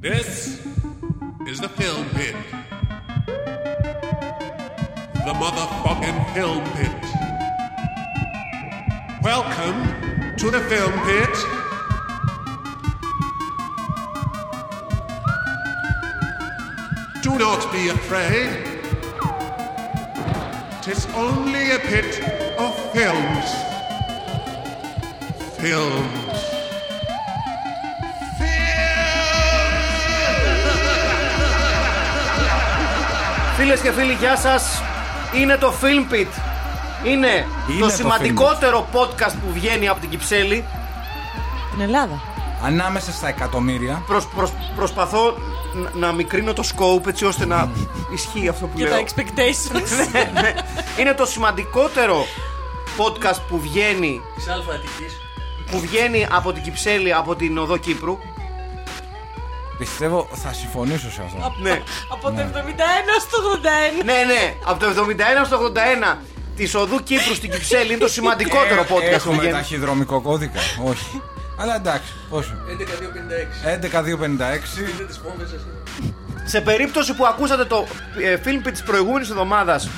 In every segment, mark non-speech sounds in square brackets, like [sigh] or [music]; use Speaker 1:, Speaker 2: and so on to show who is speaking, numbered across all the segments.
Speaker 1: This is the film pit. The motherfucking film pit. Welcome to the film pit. Do not be afraid. Tis only a pit of films. Films.
Speaker 2: Φίλες και φίλοι, γεια σας. Είναι το Film Pit. Είναι,
Speaker 3: Είναι
Speaker 2: το
Speaker 3: το
Speaker 2: σημαντικότερο podcast που βγαίνει από την Κυψέλη.
Speaker 4: Στην Ελλάδα.
Speaker 3: Ανάμεσα στα εκατομμύρια.
Speaker 2: Προσ, προσ- προσπαθώ ν- να μικρύνω το scope έτσι ώστε να ισχύει αυτό που
Speaker 4: Και
Speaker 2: λέω.
Speaker 4: τα expectations.
Speaker 2: Ναι. [laughs] Είναι το σημαντικότερο podcast που βγαίνει
Speaker 5: Της Αλφα Αττικής.
Speaker 2: που βγαίνει από την Κυψέλη, από την Οδό Κύπρου.
Speaker 3: Πιστεύω θα συμφωνήσω σε αυτό.
Speaker 2: Ναι.
Speaker 4: Από το 71 στο 81.
Speaker 2: ναι, ναι, από το 71 στο 81 της Οδού Κύπρου στην Κυψέλη είναι το σημαντικότερο
Speaker 3: Ε,
Speaker 2: podcast που
Speaker 3: Έχουμε
Speaker 2: βγαίνει.
Speaker 3: ταχυδρομικό κώδικα. Όχι. Αλλά εντάξει, πόσο. 11.256.
Speaker 5: 11.256. Δείτε τις πόμπες σας.
Speaker 2: Σε περίπτωση που ακούσατε το ε, film pit της προηγούμενης εβδομάδας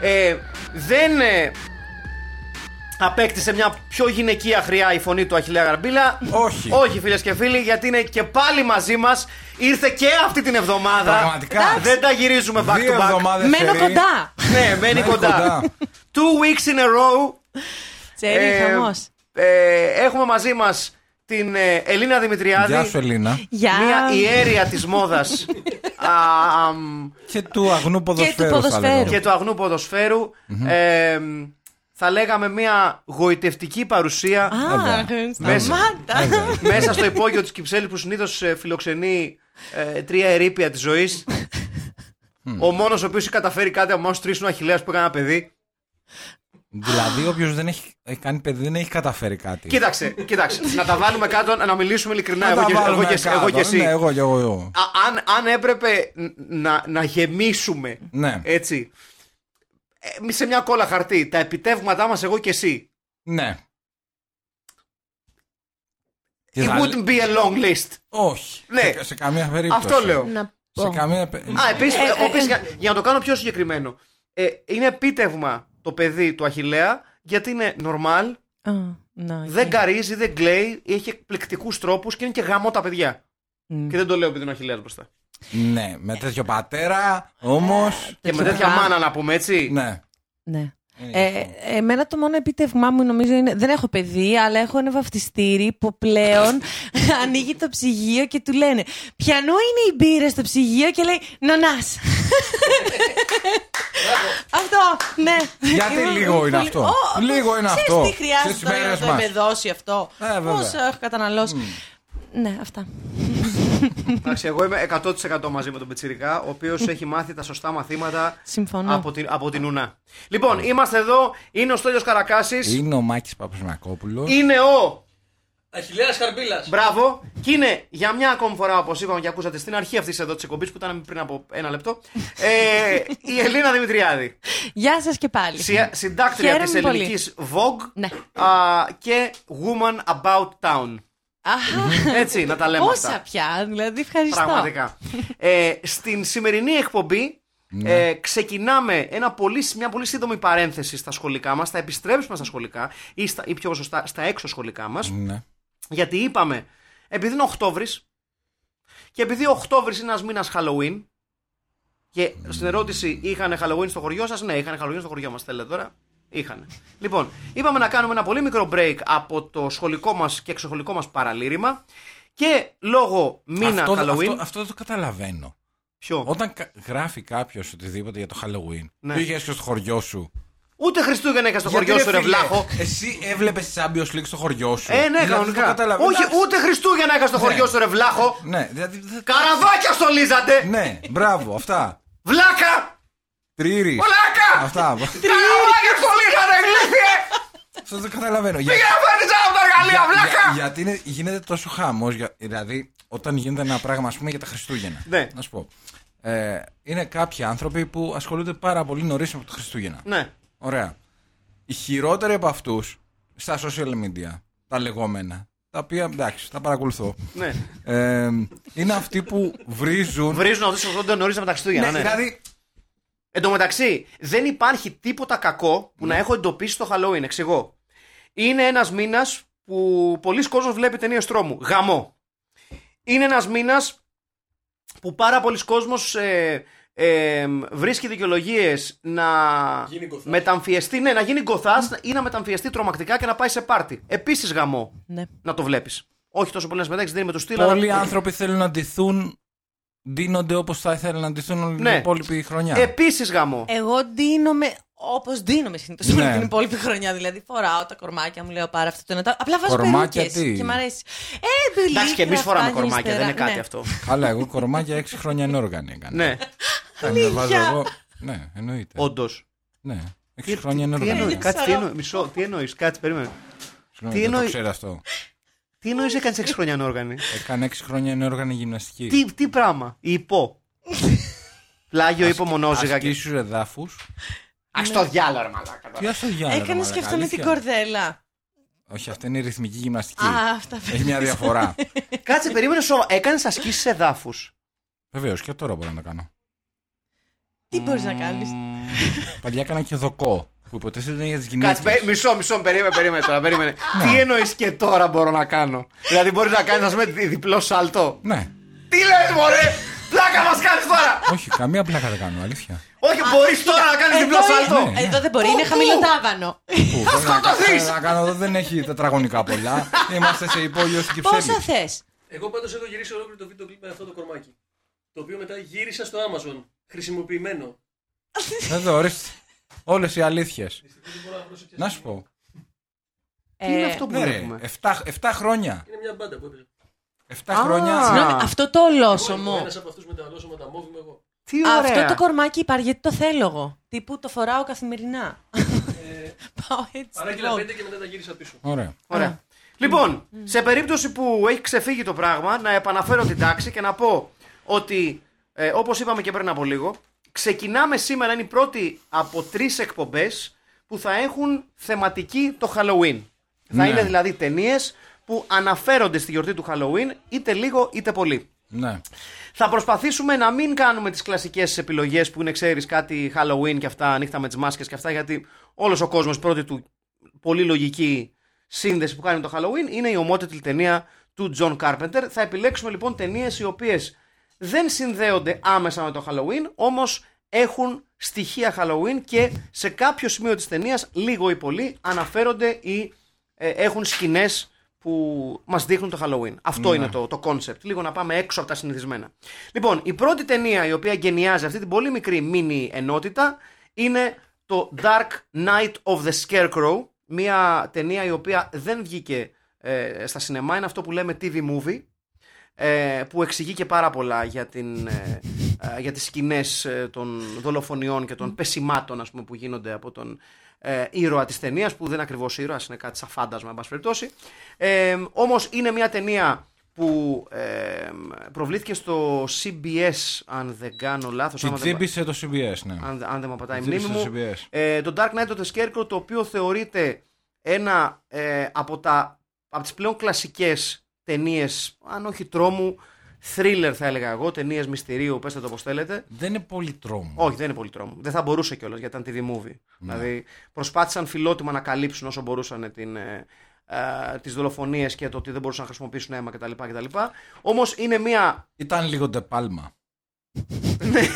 Speaker 2: ε, δεν ε, απέκτησε μια πιο γυναικεία χρειά η φωνή του Αχιλέα Γαρμπίλα.
Speaker 3: Όχι.
Speaker 2: Όχι φίλες και φίλοι γιατί είναι και πάλι μαζί μας. Ήρθε και αυτή την εβδομάδα.
Speaker 3: Πραγματικά.
Speaker 2: Δεν τα γυρίζουμε back
Speaker 3: Δύο
Speaker 2: to back.
Speaker 3: εβδομάδες
Speaker 4: Μένω
Speaker 3: σερί.
Speaker 4: κοντά.
Speaker 2: Ναι, μένει κοντά.
Speaker 3: κοντά.
Speaker 2: Two weeks in a row.
Speaker 4: Τσέρι, χαμός.
Speaker 2: ε, έχουμε μαζί μας την ε, Ελίνα Δημητριάδη.
Speaker 3: Γεια σου Ελίνα.
Speaker 4: Γεια.
Speaker 2: Μια ιέρεια της μόδας
Speaker 4: [laughs]
Speaker 2: Α, αμ,
Speaker 3: Και του αγνού ποδοσφαίρου. θα
Speaker 4: ποδοσφαίρου.
Speaker 3: λέγαμε.
Speaker 2: και του αγνού ποδοσφαίρου. Ε, θα λέγαμε μια γοητευτική παρουσία
Speaker 4: Α,
Speaker 3: Βέβαια.
Speaker 4: σταμάτα.
Speaker 2: μέσα στο υπόγειο της Κυψέλης που συνήθως ε, φιλοξενεί ε, τρία ερήπια της ζωής. Ο μόνος ο οποίος έχει καταφέρει κάτι από μόνος τρεις είναι ο Αχιλέας που έκανε ένα παιδί.
Speaker 3: Δηλαδή, όποιος δεν έχει έχει κάνει παιδί δεν έχει καταφέρει κάτι.
Speaker 2: Κοίταξε, κοίταξε. να τα βάλουμε κάτω, να μιλήσουμε ειλικρινά.
Speaker 3: Να
Speaker 2: Εγώ
Speaker 3: τα
Speaker 2: και, εγώ,
Speaker 3: βάλουμε
Speaker 2: και, εσύ-
Speaker 3: κάτω.
Speaker 2: εγώ και εσύ.
Speaker 3: Ναι, εγώ και εγώ, εγώ.
Speaker 2: Α, αν, αν έπρεπε ν- να, να γεμίσουμε
Speaker 3: Ναι.
Speaker 2: έτσι, ε, σε μια κόλλα χαρτί τα επιτεύγματά μας εγώ και εσύ
Speaker 3: Ναι. Τι
Speaker 2: It
Speaker 3: θα λέ-
Speaker 2: wouldn't be a long list
Speaker 3: Όχι.
Speaker 2: Ναι.
Speaker 3: Σε, σε καμία περίπτωση.
Speaker 2: Αυτό λέω
Speaker 4: Να
Speaker 3: Σε
Speaker 4: πω.
Speaker 3: καμία περίπτωση.
Speaker 2: Α επίσης,
Speaker 4: Ναι. Ε, ε,
Speaker 2: επίσης,
Speaker 4: ε.
Speaker 2: για, για να το κάνω πιο συγκεκριμένο ε, Είναι επίτευγμα το παιδί του Αχιλέα Γιατί είναι normal
Speaker 4: Α, να, οκ.
Speaker 2: Δεν καρίζει, δεν κλαίει Έχει εκπληκτικούς τρόπους και είναι και γαμό τα παιδιά
Speaker 4: Μμ.
Speaker 2: Και δεν το λέω επειδή είναι ο Αχιλέας μπροστά
Speaker 3: Ναι,
Speaker 2: Ε,
Speaker 3: με τέτοιο πατέρα όμως.
Speaker 2: Και με
Speaker 4: Τέτοιο
Speaker 2: τέτοια
Speaker 4: πράγμα.
Speaker 2: μάνα να πούμε έτσι
Speaker 3: Ναι.
Speaker 4: Ναι.
Speaker 3: Είναι
Speaker 4: Ε, εμένα το μόνο επίτευγμά μου νομίζω είναι. Δεν έχω παιδί, αλλά έχω ένα βαφτιστήρι που πλέον [laughs] ανοίγει το ψυγείο και του λένε Πιανού είναι οι μπύρες στο ψυγείο και λέει Νονάς. αυτό, ναι.
Speaker 3: Γιατί
Speaker 4: Είμαι
Speaker 3: λίγο είναι
Speaker 4: πολύ-
Speaker 3: αυτό.
Speaker 4: Ω,
Speaker 3: Λίγο είναι
Speaker 4: ξέρεις
Speaker 3: αυτό.
Speaker 4: τι χρειάζεται
Speaker 3: Στις
Speaker 4: τώρα για να
Speaker 3: μέρες
Speaker 4: το
Speaker 3: μας.
Speaker 4: με δώσει αυτό.
Speaker 3: Ε, βέβαια.
Speaker 4: Πόσο έχω καταναλώσει. Ναι, αυτά.
Speaker 2: Εντάξει, εγώ είμαι 100% μαζί με τον Πετσυρικά, ο οποίος έχει μάθει τα σωστά μαθήματα
Speaker 4: Συμφωνώ.
Speaker 2: από την, από την Ουνά. Λοιπόν, είμαστε εδώ, είναι ο Στέλιος Καρακάσης,
Speaker 3: Είναι ο Μάκης Παπασμακόπουλο.
Speaker 2: είναι ο.
Speaker 5: Αχιλέας Χαρμπίλας.
Speaker 2: Μπράβο, και είναι για μια ακόμη φορά, όπως είπαμε και ακούσατε στην αρχή αυτής εδώ της εκπομπής που ήταν πριν από ένα λεπτό, ε, η Ελίνα Δημητριάδη.
Speaker 4: Γεια σας και πάλι.
Speaker 2: συ- Συντάκτρια
Speaker 4: Χαίρομαι
Speaker 2: της
Speaker 4: πολύ.
Speaker 2: ελληνική Vogue
Speaker 4: Ναι.
Speaker 2: α, και Woman About Town.
Speaker 4: Αχα,
Speaker 2: Έτσι, να τα λέμε
Speaker 4: πόσα
Speaker 2: αυτά.
Speaker 4: πια, δηλαδή ευχαριστώ.
Speaker 2: Πραγματικά. ε, στην σημερινή εκπομπή
Speaker 3: Ναι.
Speaker 2: ε, ξεκινάμε ένα πολύ, μια πολύ σύντομη παρένθεση στα σχολικά μας, θα επιστρέψουμε στα σχολικά ή, στα, ή πιο σωστά στα έξω σχολικά μας,
Speaker 3: Ναι.
Speaker 2: γιατί είπαμε, επειδή είναι Οκτώβρης και επειδή ο Οκτώβρης είναι ένας μήνας Halloween και
Speaker 3: Ναι.
Speaker 2: στην ερώτηση είχαν Halloween στο χωριό σας, ναι είχαν Halloween στο χωριό μας θέλετε τώρα. Είχαν. Λοιπόν, είπαμε να κάνουμε ένα πολύ μικρό break από το σχολικό μας και εξωσχολικό μας παραλήρημα και λόγω μήνα
Speaker 3: αυτό,
Speaker 2: Halloween.
Speaker 3: αυτό, αυτό δεν το καταλαβαίνω.
Speaker 2: Ποιο?
Speaker 3: Όταν κα- γράφει κάποιος οτιδήποτε για το Halloween,
Speaker 2: Ναι.
Speaker 3: πήγε και στο χωριό σου.
Speaker 2: Ούτε Χριστούγεννα είχα στο
Speaker 3: Γιατί,
Speaker 2: χωριό σου, ρε
Speaker 3: φίλε,
Speaker 2: βλάχο.
Speaker 3: Εσύ έβλεπες Champions League στο χωριό σου.
Speaker 2: Ε, ναι,
Speaker 3: Δηλαδή, το
Speaker 2: κανονικά.
Speaker 3: καταλαβαίνω.
Speaker 2: Όχι,
Speaker 3: Εντάξει.
Speaker 2: ούτε Χριστούγεννα είχα στο
Speaker 3: Ναι.
Speaker 2: χωριό σου, ρε βλάχο.
Speaker 3: Ναι, δηλαδή. δεν-
Speaker 2: Καραβάκια στολίζατε!
Speaker 3: Ναι, μπράβο, αυτά.
Speaker 2: Βλάκα!
Speaker 3: Τρίρι.
Speaker 2: Βλάκα!
Speaker 3: Αυτά.
Speaker 2: Καραβάκια στολίζατε, γλύφιε!
Speaker 3: Αυτό δεν καταλαβαίνω. Για-
Speaker 2: Πήγε να φέρνεις άλλο από τα εργαλεία,
Speaker 3: Ε. για-
Speaker 2: βλάκα!
Speaker 3: γιατί είναι- γίνεται τόσο χάμος. Δηλαδή, όταν γίνεται ένα πράγμα, ας πούμε, για τα Χριστούγεννα.
Speaker 2: Ναι.
Speaker 3: Να σου πω. Ε, είναι κάποιοι άνθρωποι που ασχολούνται πάρα πολύ νωρίς από τα Χριστούγεννα.
Speaker 2: Ναι.
Speaker 3: Ωραία. Οι χειρότεροι από αυτούς στα social media, τα λεγόμενα, τα οποία εντάξει, τα παρακολουθώ.
Speaker 2: Ναι.
Speaker 3: Ε, είναι αυτοί που βρίζουν.
Speaker 2: Βρίζουν αυτού του 80 νωρί τα Χριστούγεννα.
Speaker 3: Ναι,
Speaker 2: Ναι.
Speaker 3: δηλαδή,
Speaker 2: Εν τω μεταξύ, δεν υπάρχει τίποτα κακό που
Speaker 5: Ναι.
Speaker 2: να έχω εντοπίσει στο Halloween. Εξηγώ. Είναι ένας μήνας που πολλοί κόσμοι βλέπει ταινίες τρόμου. Γαμό. Είναι ένας μήνας που πάρα πολλοί κόσμος ε, ε, βρίσκει δικαιολογίες να
Speaker 5: Γίνει γκοθάς.
Speaker 2: μεταμφιεστεί, ναι, να γίνει γκοθάς ή να μεταμφιεστεί τρομακτικά και να πάει σε πάρτι. Επίσης γαμό
Speaker 4: Ναι.
Speaker 2: να το βλέπεις. Όχι τόσο πολύ να συμμετέχει, δεν είναι με το στυλ. αλλά-
Speaker 3: πολλοί άνθρωποι θέλουν να ντυθούν, ντύνονται όπως θα ήθελαν να ντυθούν όλη
Speaker 2: Ναι.
Speaker 3: την υπόλοιπη χρονιά.
Speaker 2: Επίσης γαμό.
Speaker 4: Εγώ ντύνομαι όπως ντύνομαι συνήθως
Speaker 3: Ναι.
Speaker 4: όλη την υπόλοιπη χρονιά. Δηλαδή φοράω τα κορμάκια μου, λέω πάρα αυτό το ένα. το άλλο». Απλά βάζω
Speaker 3: Κορμάκια
Speaker 4: περούκες
Speaker 3: τι?
Speaker 4: και μ' αρέσει. Ε, μπελί,
Speaker 2: Εντάξει, και εμείς
Speaker 4: γραφτά,
Speaker 2: φοράμε κορμάκια,
Speaker 4: γλιστρά.
Speaker 2: δεν είναι κάτι
Speaker 4: Ναι.
Speaker 2: αυτό.
Speaker 3: Αλλά εγώ κορμάκια 6 χρόνια ενόργανη έκανα.
Speaker 2: ναι,
Speaker 3: Αν δεν βάζω
Speaker 4: Αλήθεια.
Speaker 3: εγώ- Ναι, εννοείται.
Speaker 2: όντως.
Speaker 3: Ναι. 6
Speaker 2: Τι-
Speaker 3: χρόνια
Speaker 2: τι- Τι
Speaker 3: ενόργανη.
Speaker 2: εννοεί,
Speaker 3: έκανα.
Speaker 2: κάτσε, τι
Speaker 4: Σαρά.
Speaker 2: εννοείς, μισό, τι εννοείς, κάτσε, περίμενε.
Speaker 3: Συγγνώμη,
Speaker 2: τι
Speaker 3: δεν το
Speaker 2: εννοεί-
Speaker 3: ξέρω αυτό.
Speaker 2: Τι εννοείς, έκανες 6 χρόνια ανόργανη.
Speaker 3: Έκανα 6 χρόνια ενόργανη γυμναστική.
Speaker 2: τι, τι πράγμα, η υπό. Πλάγιο υπό μονόζυγα. και-
Speaker 3: Ασκήσου εδάφους.
Speaker 2: Ας το διάλογο, ρε μαλάκα.
Speaker 3: Τι άστο διάλογο.
Speaker 4: Έκανες
Speaker 3: μαλάκα,
Speaker 4: και αυτό με την
Speaker 3: αλήθεια.
Speaker 4: κορδέλα.
Speaker 3: Όχι, αυτή είναι η ρυθμική γυμναστική.
Speaker 4: Α, αυτά
Speaker 3: Έχει μια
Speaker 2: [laughs]
Speaker 3: διαφορά.
Speaker 2: Κάτσε, περίμενε σοβα. Έκανες ασκήσεις εδάφους.
Speaker 3: Βεβαίως και τώρα μπορώ να το κάνω.
Speaker 4: Τι μπορείς να κάνεις.
Speaker 3: Παλιά έκανα και δοκό. Που υποτίθεται είναι για Ναι, τι Ναι.
Speaker 2: Κάτσε,
Speaker 3: γυναίκες.
Speaker 2: πε- μισό, μισό, περίμενε, περίμενε τώρα. Περίμενε. Τι εννοείς και τώρα μπορώ να κάνω. Δηλαδή, μπορείς να κάνεις, ας πούμε, δι- διπλό σάλτο.
Speaker 3: Ναι.
Speaker 2: Τι λες, μωρέ! Πλάκα μας κάνεις τώρα!
Speaker 3: Όχι, καμία πλάκα δεν κάνω, αλήθεια.
Speaker 2: Όχι, μπορεί τώρα να κάνεις διπλό σάλτο!
Speaker 3: Ναι.
Speaker 4: Εδώ δεν μπορεί, είναι χαμηλοτάβανο.
Speaker 3: Πού, δεν να-
Speaker 2: σκοτωθείς!
Speaker 3: να κάνω εδώ δεν έχει τετραγωνικά πολλά. Είμαστε σε υπόγειο στην
Speaker 4: Πόσα
Speaker 3: Κυψέλη.
Speaker 4: θες.
Speaker 5: Εγώ πάντως έχω γυρίσει ολόκληρο το βίντεο κλιπ με αυτό το κορμάκι. Το οποίο μετά γύρισα στο Amazon. Χρησιμοποιημένο.
Speaker 3: Εδώ ορίστε. Όλες οι αλήθειες.
Speaker 5: Δεν μπορώ να βρω σε ποια
Speaker 3: Να
Speaker 5: στιγμή.
Speaker 3: σου πω.
Speaker 2: Τι
Speaker 4: Ε,
Speaker 2: είναι αυτό που
Speaker 3: Ναι, ρε.
Speaker 2: βλέπουμε.
Speaker 3: 7, χρόνια.
Speaker 5: Είναι μια μπάντα που έπαιζε.
Speaker 3: 7
Speaker 2: Α.
Speaker 3: χρόνια.
Speaker 4: Συγγνώμη, αυτό το ολόσωμο.
Speaker 5: Ένας από αυτούς με τα λόσωμα, τα μόβι μου εγώ.
Speaker 2: Τι
Speaker 4: Αυτό
Speaker 2: ωραία.
Speaker 4: το κορμάκι υπάρχει γιατί το θέλω εγώ. Τύπου το φοράω καθημερινά.
Speaker 5: Ε,
Speaker 4: [laughs] Πάω έτσι.
Speaker 5: Παράγγελα
Speaker 4: λοιπόν.
Speaker 5: πέντε και μετά τα γύρισα πίσω.
Speaker 3: Ωραία.
Speaker 2: Ωραία. Λοιπόν, σε περίπτωση που έχει ξεφύγει το πράγμα, να επαναφέρω την τάξη και να πω ότι, ε, όπως είπαμε και πριν από λίγο, ξεκινάμε σήμερα, είναι η πρώτη από τρεις εκπομπές που θα έχουν θεματική το Halloween. Θα
Speaker 3: Ναι.
Speaker 2: είναι δηλαδή ταινίες που αναφέρονται στη γιορτή του Halloween, είτε λίγο είτε πολύ.
Speaker 3: Ναι.
Speaker 2: Θα προσπαθήσουμε να μην κάνουμε τις κλασικές επιλογές που είναι, ξέρεις, κάτι Halloween και αυτά, νύχτα με τις μάσκες και αυτά, γιατί όλος ο κόσμος πρώτη του πολύ λογική σύνδεση που κάνει με το Halloween είναι η ομότιτλη ταινία του John Carpenter. Θα επιλέξουμε λοιπόν ταινίες οι οποίες δεν συνδέονται άμεσα με το Halloween, όμως έχουν στοιχεία Halloween και σε κάποιο σημείο της ταινίας, λίγο ή πολύ, αναφέρονται ή ε, έχουν σκηνές που μας δείχνουν το Halloween. Αυτό είναι το, το concept. Λίγο να πάμε έξω από τα συνηθισμένα. Λοιπόν, η πρώτη ταινία η οποία γενιάζει αυτή την πολύ μικρή μίνι ενότητα είναι το Dark Knight of the Scarecrow. Μια ταινία η οποία δεν βγήκε ε, στα σινεμά. Είναι αυτό που λέμε TV movie. ε, που εξηγεί και πάρα πολλά για, την, ε, ε, για τις σκηνές ε, των δολοφονιών και των πεσημάτων ας πούμε, που γίνονται από τον ε, ήρωα της ταινίας που δεν είναι ακριβώς ήρωας, είναι κάτι σαν φάντασμα εν πάση περιπτώσει. Ε, όμως είναι μια ταινία που ε, προβλήθηκε στο CBS αν δεν κάνω λάθος
Speaker 3: Την
Speaker 2: άμα δεν-
Speaker 3: τσίμπησε το CBS, ναι.
Speaker 2: αν, αν δεν με πατάει η μνήμη
Speaker 3: Τσίμπησε
Speaker 2: μου.
Speaker 3: το CBS.
Speaker 2: Ε, το Dark Knight of the Scarecrow, το οποίο θεωρείται ένα ε, από, τα, από τις πλέον κλασικές ταινίες, αν όχι τρόμου, thriller θα έλεγα εγώ, ταινίες μυστηρίου, πέστε το όπως θέλετε.
Speaker 3: Δεν είναι πολύ τρόμο.
Speaker 2: Όχι, δεν είναι πολύ τρόμο. Δεν θα μπορούσε κιόλας γιατί ήταν TV movie. Δηλαδή, προσπάθησαν φιλότιμα να καλύψουν όσο μπορούσαν την, ε, ε, τις δολοφονίες και το ότι δεν μπορούσαν να χρησιμοποιήσουν αίμα κτλ. κτλ. Όμως είναι μια...
Speaker 3: Ήταν λίγο τεπάλμα.
Speaker 2: Ναι.
Speaker 3: [laughs]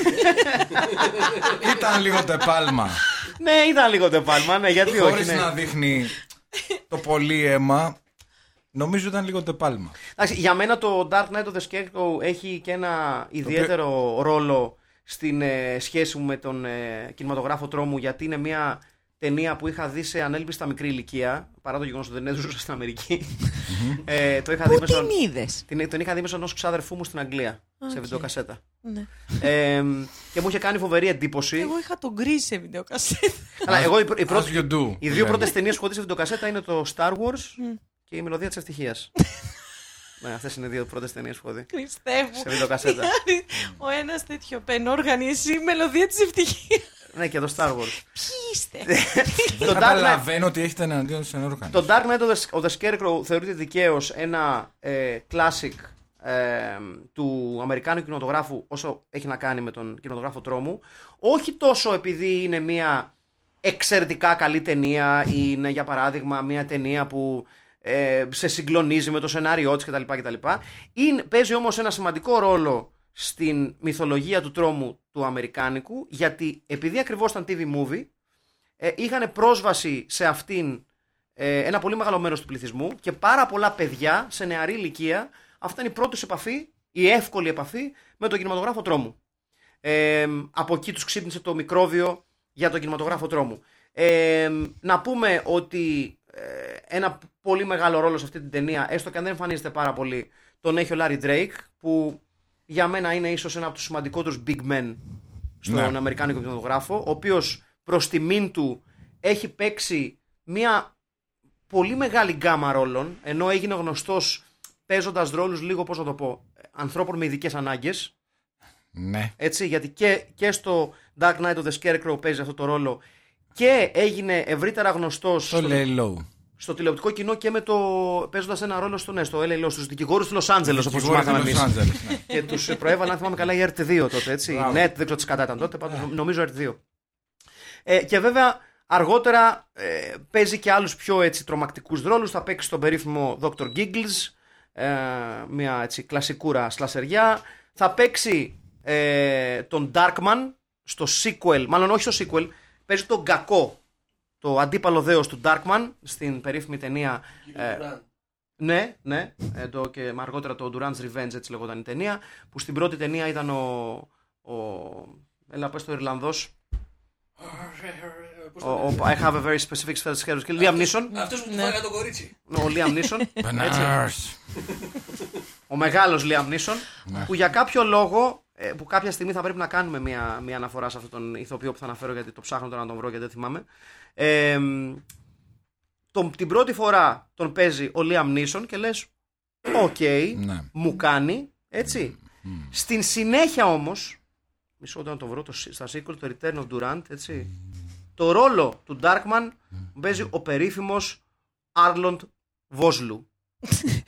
Speaker 3: Ήταν λίγο τεπάλμα.
Speaker 2: Ναι, ήταν λίγο τεπάλμα, ναι, γιατί όχι.
Speaker 3: Χωρίς
Speaker 2: Ναι.
Speaker 3: να δείχνει το πολύ αίμα. Νομίζω ήταν λίγο τεπάλμα.
Speaker 2: Εντάξει, για μένα το Dark Knight of the Scarecrow έχει και ένα ιδιαίτερο ρόλο στην ε, σχέση μου με τον ε, κινηματογράφο τρόμου γιατί είναι μια ταινία που είχα δει σε ανέλπιστα μικρή ηλικία παρά το γεγονός ότι δεν έζησα στην αμερικη ε, το είχα δει
Speaker 4: Πού
Speaker 2: μέσω,
Speaker 4: την είδες.
Speaker 2: την, τον είχα δει μέσω ενός ξάδερφού μου στην Αγγλία σε
Speaker 4: Οκ. Ναι.
Speaker 2: βιντεοκασέτα. Ε, και μου είχε κάνει φοβερή εντύπωση.
Speaker 4: Εγώ είχα τον γκρι σε βιντεοκασέτα.
Speaker 2: Αλλά εγώ η, η
Speaker 3: As
Speaker 2: πρώτη,
Speaker 3: you do. Δηλαδή,
Speaker 2: οι δύο
Speaker 3: λέμε.
Speaker 2: πρώτες ταινίες που έχω δει σε βιντεοκασέτα είναι το Star Wars
Speaker 4: Mm.
Speaker 2: και η Μελωδία της Ευτυχίας.
Speaker 4: [laughs]
Speaker 2: ναι, αυτές είναι οι δύο πρώτες ταινίες που έχω δει.
Speaker 4: Χριστέ μου.
Speaker 2: Σε βιντεοκασέτα.
Speaker 4: Δηλαδή, Ο ένας τέτοιο πενόργανη, εσύ η μελωδία της ευτυχίας.
Speaker 2: ναι, και το Star Wars.
Speaker 4: Ποιοι είστε.
Speaker 2: το
Speaker 3: Δεν
Speaker 2: Dark Knight,
Speaker 3: καταλαβαίνω ότι έχετε εναντίον του έναν οργανισμό.
Speaker 2: το Dark Knight of the- of the Scarecrow θεωρείται δικαίως ένα ε, classic ε, του Αμερικάνου κινηματογράφου όσο έχει να κάνει με τον κινηματογράφο τρόμου. Όχι τόσο επειδή είναι μια εξαιρετικά καλή ταινία ή είναι για παράδειγμα μια ταινία που ε, σε συγκλονίζει με το σενάριό της κτλ. κτλ. Είναι, παίζει όμως ένα σημαντικό ρόλο στην μυθολογία του τρόμου του Αμερικάνικου γιατί επειδή ακριβώς ήταν TV movie ε, είχαν πρόσβαση σε αυτήν ε, ένα πολύ μεγάλο μέρος του πληθυσμού και πάρα πολλά παιδιά σε νεαρή ηλικία. Αυτή ήταν η πρώτη τους επαφή, η εύκολη επαφή με τον κινηματογράφο τρόμου. Ε, από εκεί τους ξύπνησε το μικρόβιο για τον κινηματογράφο τρόμου. Ε, να πούμε ότι ε, ένα πολύ μεγάλο ρόλο σε αυτή την ταινία, έστω και αν δεν εμφανίζεται πάρα πολύ, τον έχει ο Λάρι Drake, που για μένα είναι ίσως ένα από τους σημαντικότερους big men στον
Speaker 3: Ναι.
Speaker 2: Αμερικάνικο κινηματογράφο, ο οποίος προς τιμήν του έχει παίξει μια πολύ μεγάλη γκάμα ρόλων, ενώ έγινε γνωστός παίζοντας ρόλους λίγο, πώς να το πω, ε, ανθρώπων με ειδικές ανάγκες.
Speaker 3: Ναι.
Speaker 2: Έτσι, γιατί και, και στο Dark Knight of the Scarecrow παίζει αυτό το ρόλο και έγινε ευρύτερα γνωστός
Speaker 3: Το
Speaker 2: στο,
Speaker 3: λέει low.
Speaker 2: στο τηλεοπτικό κοινό και με το παίζοντας ένα ρόλο στο, ναι, στο LA, στους δικηγόρους του Λο Άντζελε, όπως τους
Speaker 3: Δικηγόροι
Speaker 2: μάθαμε
Speaker 3: του
Speaker 2: εμείς. [laughs]
Speaker 3: Los Angeles, ναι.
Speaker 2: και τους προέβαλαν, αν θυμάμαι καλά, η RT2 τότε. Έτσι.
Speaker 3: Μπράβο.
Speaker 2: Ναι, δεν ξέρω τις κατά ήταν τότε, πάντως νομίζω RT2. Ε, και βέβαια αργότερα ε, παίζει και άλλους πιο έτσι, τρομακτικούς ρόλους Θα παίξει τον περίφημο Dr. Giggles, ε, μια έτσι, κλασικούρα σλασεριά. Θα παίξει ε, τον Darkman στο sequel, μάλλον όχι στο sequel, παίζει τον κακό. Το αντίπαλο δέος του Darkman στην περίφημη ταινία ε, ναι, ναι. Ε, το, και αργότερα το Durant's Revenge, έτσι λεγόταν η ταινία. Που στην πρώτη ταινία ήταν ο. ο έλα, πες το Ιρλανδός.
Speaker 5: Ε,
Speaker 2: Ο, ο, I have a very specific set of skills. Και Liam Neeson.
Speaker 5: Αυτό που του φάγανε το κορίτσι.
Speaker 2: Ο Liam Neeson.
Speaker 3: Bananas.
Speaker 2: ο μεγάλος Liam Neeson. που για κάποιο λόγο. ε, που κάποια στιγμή θα πρέπει να κάνουμε μια, μια αναφορά σε αυτόν τον ηθοποιό που θα αναφέρω γιατί το ψάχνω τώρα να τον βρω γιατί δεν θυμάμαι. Ε, μ, τον, την πρώτη φορά τον παίζει ο Liam Neeson και λες Οκ,
Speaker 3: Ναι.
Speaker 2: μου κάνει, έτσι. Στην συνέχεια όμως, μισό όταν το βρω το, στα sequel, το Return of Durant, έτσι, το ρόλο του Darkman παίζει ο περίφημος Άρλοντ Βόσλου.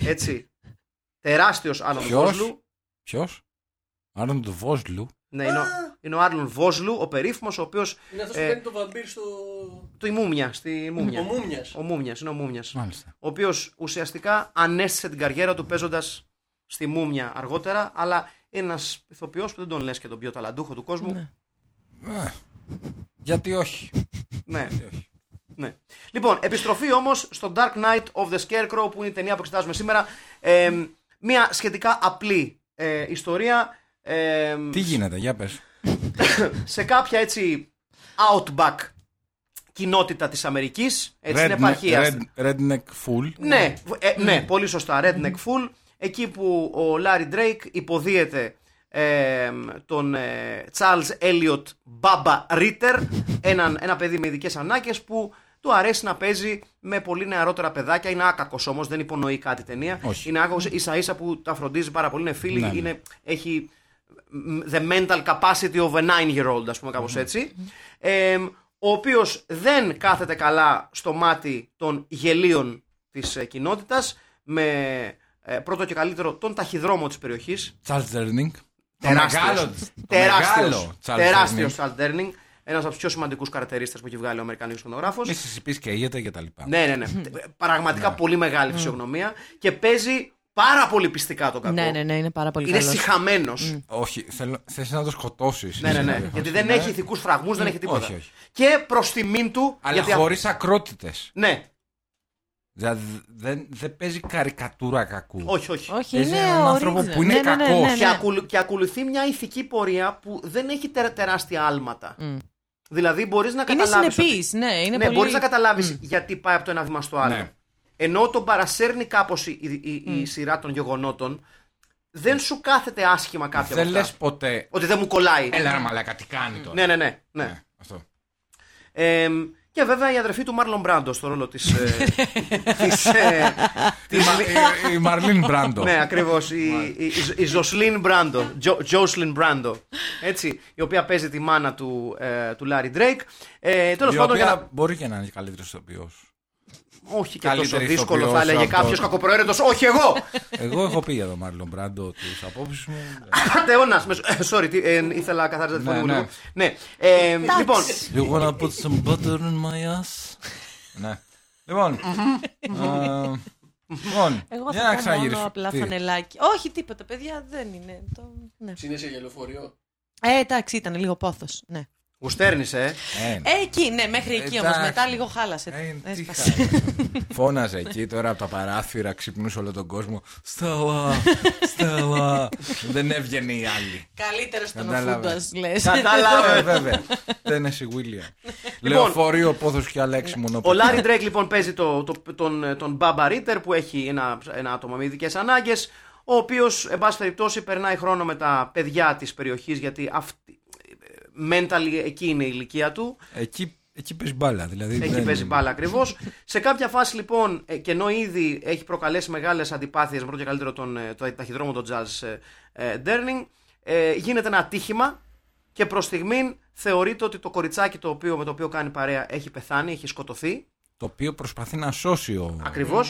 Speaker 2: έτσι. Τεράστιος Άρλοντ
Speaker 3: Ποιος?
Speaker 2: Βόσλου.
Speaker 3: Ποιο? Άρνοντ Βόσλου.
Speaker 2: Ναι, είναι ο, είναι ο Άρλοντ Βόσλου, ο περίφημος, ο οποίος
Speaker 5: Είναι αυτό
Speaker 2: Ε. Ναι.
Speaker 5: που κάνει το βαμπύρ στο.
Speaker 2: του η Μούμια, στη Μούμια.
Speaker 5: Ο Μούμιας.
Speaker 2: Ο Μούμιας, είναι ο Μούμιας.
Speaker 3: Μάλιστα.
Speaker 2: ο οποίος ουσιαστικά ανέστησε την καριέρα του παίζοντας στη Μούμια αργότερα, αλλά είναι ένας ηθοποιός που δεν τον λες και τον πιο ταλαντούχο του κόσμου. Ναι.
Speaker 3: Ε. Γιατί όχι.
Speaker 2: ναι. Λοιπόν, επιστροφή όμως στο Dark Knight of the Scarecrow που είναι η ταινία που εξετάζουμε σήμερα. Ε, μια σχετικά απλή ε, ιστορία ε,
Speaker 3: Τι γίνεται, για πες.
Speaker 2: σε κάποια έτσι outback κοινότητα της Αμερικής, έτσι στην επαρχία.
Speaker 3: Redneck full.
Speaker 2: Ναι, ε, ναι, πολύ σωστά. Redneck Full. Εκεί που ο Λάρι Drake υποδίεται ε, τον ε, Charles Elliot Baba Ritter, έναν, ένα παιδί με ειδικές ανάγκες που του αρέσει να παίζει με πολύ νεαρότερα παιδάκια. Είναι άκακος όμως, δεν υπονοεί κάτι η ταινία.
Speaker 3: Όχι.
Speaker 2: Είναι άκακος ίσα ίσα που τα φροντίζει πάρα πολύ. Είναι φίλοι,
Speaker 3: Ναι, ναι.
Speaker 2: είναι, έχει the mental capacity of a nine-year-old, ας πούμε κάπως έτσι, ε, ο οποίος δεν κάθεται καλά στο μάτι των γελίων της ε, κοινότητας, με ε, πρώτο και καλύτερο τον ταχυδρόμο της περιοχής,
Speaker 3: Charles Durning. Το μεγάλο-
Speaker 2: τεράστιος,
Speaker 3: το
Speaker 2: τεράστιος,
Speaker 3: μεγάλο Charles
Speaker 2: τεράστιος
Speaker 3: Durning.
Speaker 2: Charles Durning, ένας από τους πιο σημαντικούς καρατερίστες που έχει βγάλει ο Αμερικανικός κονογράφος.
Speaker 3: Μη Ναι. συσυπείς και αίγεται και τα λοιπά.
Speaker 2: Ναι, ναι, ναι. Πραγματικά πολύ μεγάλη φυσιογνωμία και παίζει πάρα πολύ πιστικά το κακό.
Speaker 4: ναι, ναι, ναι, είναι πάρα πολύ
Speaker 2: Είναι
Speaker 4: καλός.
Speaker 2: συχαμένος.
Speaker 3: Όχι, θέλω, θες να το σκοτώσεις.
Speaker 2: Ναι, ναι, ναι. Γιατί δεν έχει ηθικούς φραγμούς, δεν έχει τίποτα.
Speaker 3: όχι, όχι.
Speaker 2: Και προς τιμήν του.
Speaker 3: Αλλά
Speaker 2: γιατί α-
Speaker 3: χωρίς ακρότητες.
Speaker 2: Ναι,
Speaker 3: Δηλαδή δεν, δεν παίζει καρικατούρα κακού.
Speaker 2: όχι, όχι.
Speaker 4: Όχι,
Speaker 3: Παίζει
Speaker 4: είναι
Speaker 3: έναν
Speaker 4: ο
Speaker 3: άνθρωπο
Speaker 4: original.
Speaker 3: που είναι
Speaker 4: Ναι, ναι, ναι,
Speaker 3: κακός.
Speaker 4: ναι, ναι.
Speaker 2: Και, ακολου- και ακολουθεί μια ηθική πορεία που δεν έχει τερα- τεράστια άλματα. Δηλαδή μπορείς να
Speaker 4: Είναι
Speaker 2: καταλάβεις.
Speaker 4: συνεπής, ναι. Είναι
Speaker 2: Ναι,
Speaker 4: πολύ...
Speaker 2: μπορείς να καταλάβεις γιατί πάει από το ένα βήμα στο άλλο.
Speaker 3: Ναι.
Speaker 2: Ενώ τον παρασέρνει κάπως η, η- η- η σειρά των γεγονότων, δεν σου κάθεται άσχημα κάποια από
Speaker 3: δεν
Speaker 2: αυτά.
Speaker 3: λες ποτέ.
Speaker 2: Ότι δεν μου κολλάει.
Speaker 3: Έλα ρε μαλάκα τι κάνει τώρα.
Speaker 2: Ναι, ναι, ναι. ναι.
Speaker 3: Αυτό.
Speaker 2: Εμ, Και βέβαια η αδερφή του Μάρλον Μπράντο στο ρόλο της.
Speaker 4: [laughs]
Speaker 2: Ε, της, ε, της-
Speaker 3: Η- Η Μαρλίν Μπράντο.
Speaker 2: ναι, ακριβώς. Η, η, η- η Ζοσλίν Μπράντο. Τζο- Τζόσλιν Μπράντο. Έτσι, η οποία παίζει τη μάνα του, ε, του Λάρι Ντρέικ. Ε, Τέλος
Speaker 3: Η
Speaker 2: πάντων, για
Speaker 3: οποία
Speaker 2: να...
Speaker 3: μπορεί και να είναι καλύτερη ηθοποιός.
Speaker 2: όχι και τόσο
Speaker 3: καλύτερη
Speaker 2: δύσκολο, θα
Speaker 3: ηθοποιός
Speaker 2: έλεγε
Speaker 3: αυτό.
Speaker 2: κάποιο κακοπροαίρετος. Όχι εγώ!
Speaker 3: Εγώ έχω πει για τον Μάρλον Μπράντο τι απόψεις μου.
Speaker 2: Πατεώνα. Sorry, τι- ε, ήθελα καθάριζα τη φωνή
Speaker 3: Ναι,
Speaker 2: μου.
Speaker 3: ναι.
Speaker 2: λίγο. Ναι. Ε, λοιπόν,
Speaker 3: You wanna put some butter in my ass? Ναι. Λοιπόν. ε, Λοιπόν,
Speaker 4: Εγώ
Speaker 3: για
Speaker 4: θα
Speaker 3: να
Speaker 4: κάνω
Speaker 3: ξαναγυρίσω.
Speaker 4: μόνο απλά
Speaker 3: Τι,
Speaker 4: φανελάκι. Όχι τίποτα, παιδιά, δεν είναι. Το... Ναι.
Speaker 5: Συνέσαι για λεωφορείο.
Speaker 4: Ε, εντάξει, ήταν λίγο πόθος. Ναι.
Speaker 2: γουστέρνησε. ε.
Speaker 3: ε, ναι.
Speaker 4: Ε, εκεί, ναι, μέχρι εκεί όμως.
Speaker 3: Εντάξει.
Speaker 4: Μετά λίγο χάλασε.
Speaker 3: Ε, τι
Speaker 4: Έσπασε.
Speaker 3: χάρη. Φώναζε εκεί τώρα από τα παράθυρα, ξυπνούσε όλο τον κόσμο. Στέλλα, Στέλλα. Δεν έβγαινε η άλλη.
Speaker 4: Καλύτερος ήταν ο
Speaker 3: Κατάλαβε.
Speaker 4: Φούντας, λες.
Speaker 2: Κατάλαβες.
Speaker 3: βέβαια. Τένεση Βίλιαμ. Λεωφορείο, πόθος και αλέξη
Speaker 2: Ο
Speaker 3: μονοπέδι.
Speaker 2: Λάρι Ντρέικ λοιπόν παίζει το, το- τον, τον Μπάμπα Ρίτερ που έχει ένα, ένα άτομο με ειδικές ανάγκες. Ο οποίος, εν πάση περιπτώσει, περνάει χρόνο με τα παιδιά της περιοχής γιατί αυτή, mentally εκεί είναι η ηλικία του.
Speaker 3: Εκεί, εκεί παίζει μπάλα. Δηλαδή
Speaker 2: Εκεί
Speaker 3: δεν-
Speaker 2: παίζει μπάλα ακριβώς. Σε κάποια φάση λοιπόν, ε, και ενώ ήδη έχει προκαλέσει μεγάλες αντιπάθειες με πρώτο και καλύτερο τον, ε, το ταχυδρόμο τον Jazz ε, ε, Ντέρνινγκ, ε, γίνεται ένα ατύχημα και προς στιγμήν θεωρείται ότι το κοριτσάκι το οποίο, με το οποίο κάνει παρέα έχει πεθάνει, έχει σκοτωθεί.
Speaker 3: Το οποίο προσπαθεί να σώσει ο.
Speaker 2: Ακριβώς.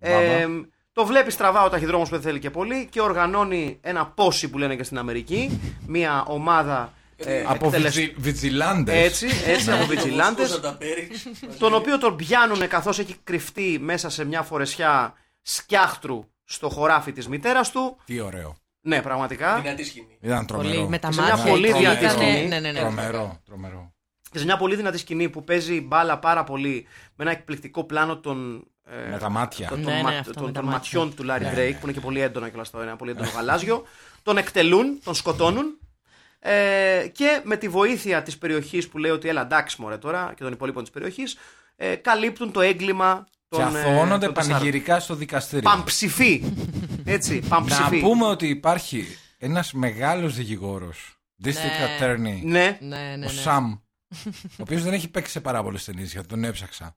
Speaker 3: Μπαμπά.
Speaker 2: Ε, το βλέπει στραβά ο ταχυδρόμος που δεν θέλει και πολύ και οργανώνει ένα πόση που λένε και στην Αμερική. Μια ομάδα ε,
Speaker 3: Από
Speaker 2: εκτελεσ-
Speaker 3: βιτζιλάντες.
Speaker 2: Έτσι, έτσι από
Speaker 5: Πώς
Speaker 2: βιτζιλάντε.
Speaker 5: θα τα παίρνεις.
Speaker 2: Τον οποίο τον πιάνουν καθώς έχει κρυφτεί μέσα σε μια φορεσιά σκιάχτρου στο χωράφι της μητέρας του.
Speaker 3: Τι ωραίο.
Speaker 2: Ναι, πραγματικά.
Speaker 5: Δυνατή σκηνή.
Speaker 3: Ήταν τρομερό.
Speaker 4: Πολύ, με τα
Speaker 2: Σε μια
Speaker 4: μάτια.
Speaker 2: πολύ
Speaker 4: εκεί
Speaker 2: δυνατή
Speaker 4: ήταν,
Speaker 2: σκηνή.
Speaker 4: Ναι, ναι, ναι.
Speaker 3: Τρομερό, τρομερό.
Speaker 2: Και σε μια πολύ δυνατή σκηνή που παίζει μπάλα πάρα πολύ με ένα εκπληκτικό πλάνο των. ε,
Speaker 3: Με τα μάτια.
Speaker 2: των-
Speaker 4: Ναι,
Speaker 2: των
Speaker 4: ναι,
Speaker 2: μα-
Speaker 4: αυτό
Speaker 2: των-
Speaker 4: με τα
Speaker 2: των
Speaker 4: μάτια.
Speaker 2: ματιών του
Speaker 3: Ναι,
Speaker 2: Λάρι Drake, που είναι και πολύ έντονα κιόλας το ένα, πολύ έντονο γαλάζιο. Τον εκτελούν, τον σκοτώνουν. Ε, και με τη βοήθεια της περιοχής που λέει ότι έλα εντάξει μωρέ τώρα και των υπολείπων της περιοχής ε, καλύπτουν το έγκλημα
Speaker 3: Και
Speaker 2: των, ε,
Speaker 3: αθωώνονται
Speaker 2: των τεσσάρων.
Speaker 3: πανηγυρικά στο δικαστήριο.
Speaker 2: Παμψηφί. Έτσι,
Speaker 3: Να
Speaker 2: παμψηφί.
Speaker 3: πούμε ότι υπάρχει ένας μεγάλος δικηγόρος. District Attorney.
Speaker 2: Ναι.
Speaker 4: Ναι, ναι,
Speaker 3: Ο
Speaker 4: ναι.
Speaker 3: Σαμ. Ο οποίος δεν έχει παίξει σε πάρα πολλές ταινίες γιατί τον έψαξα.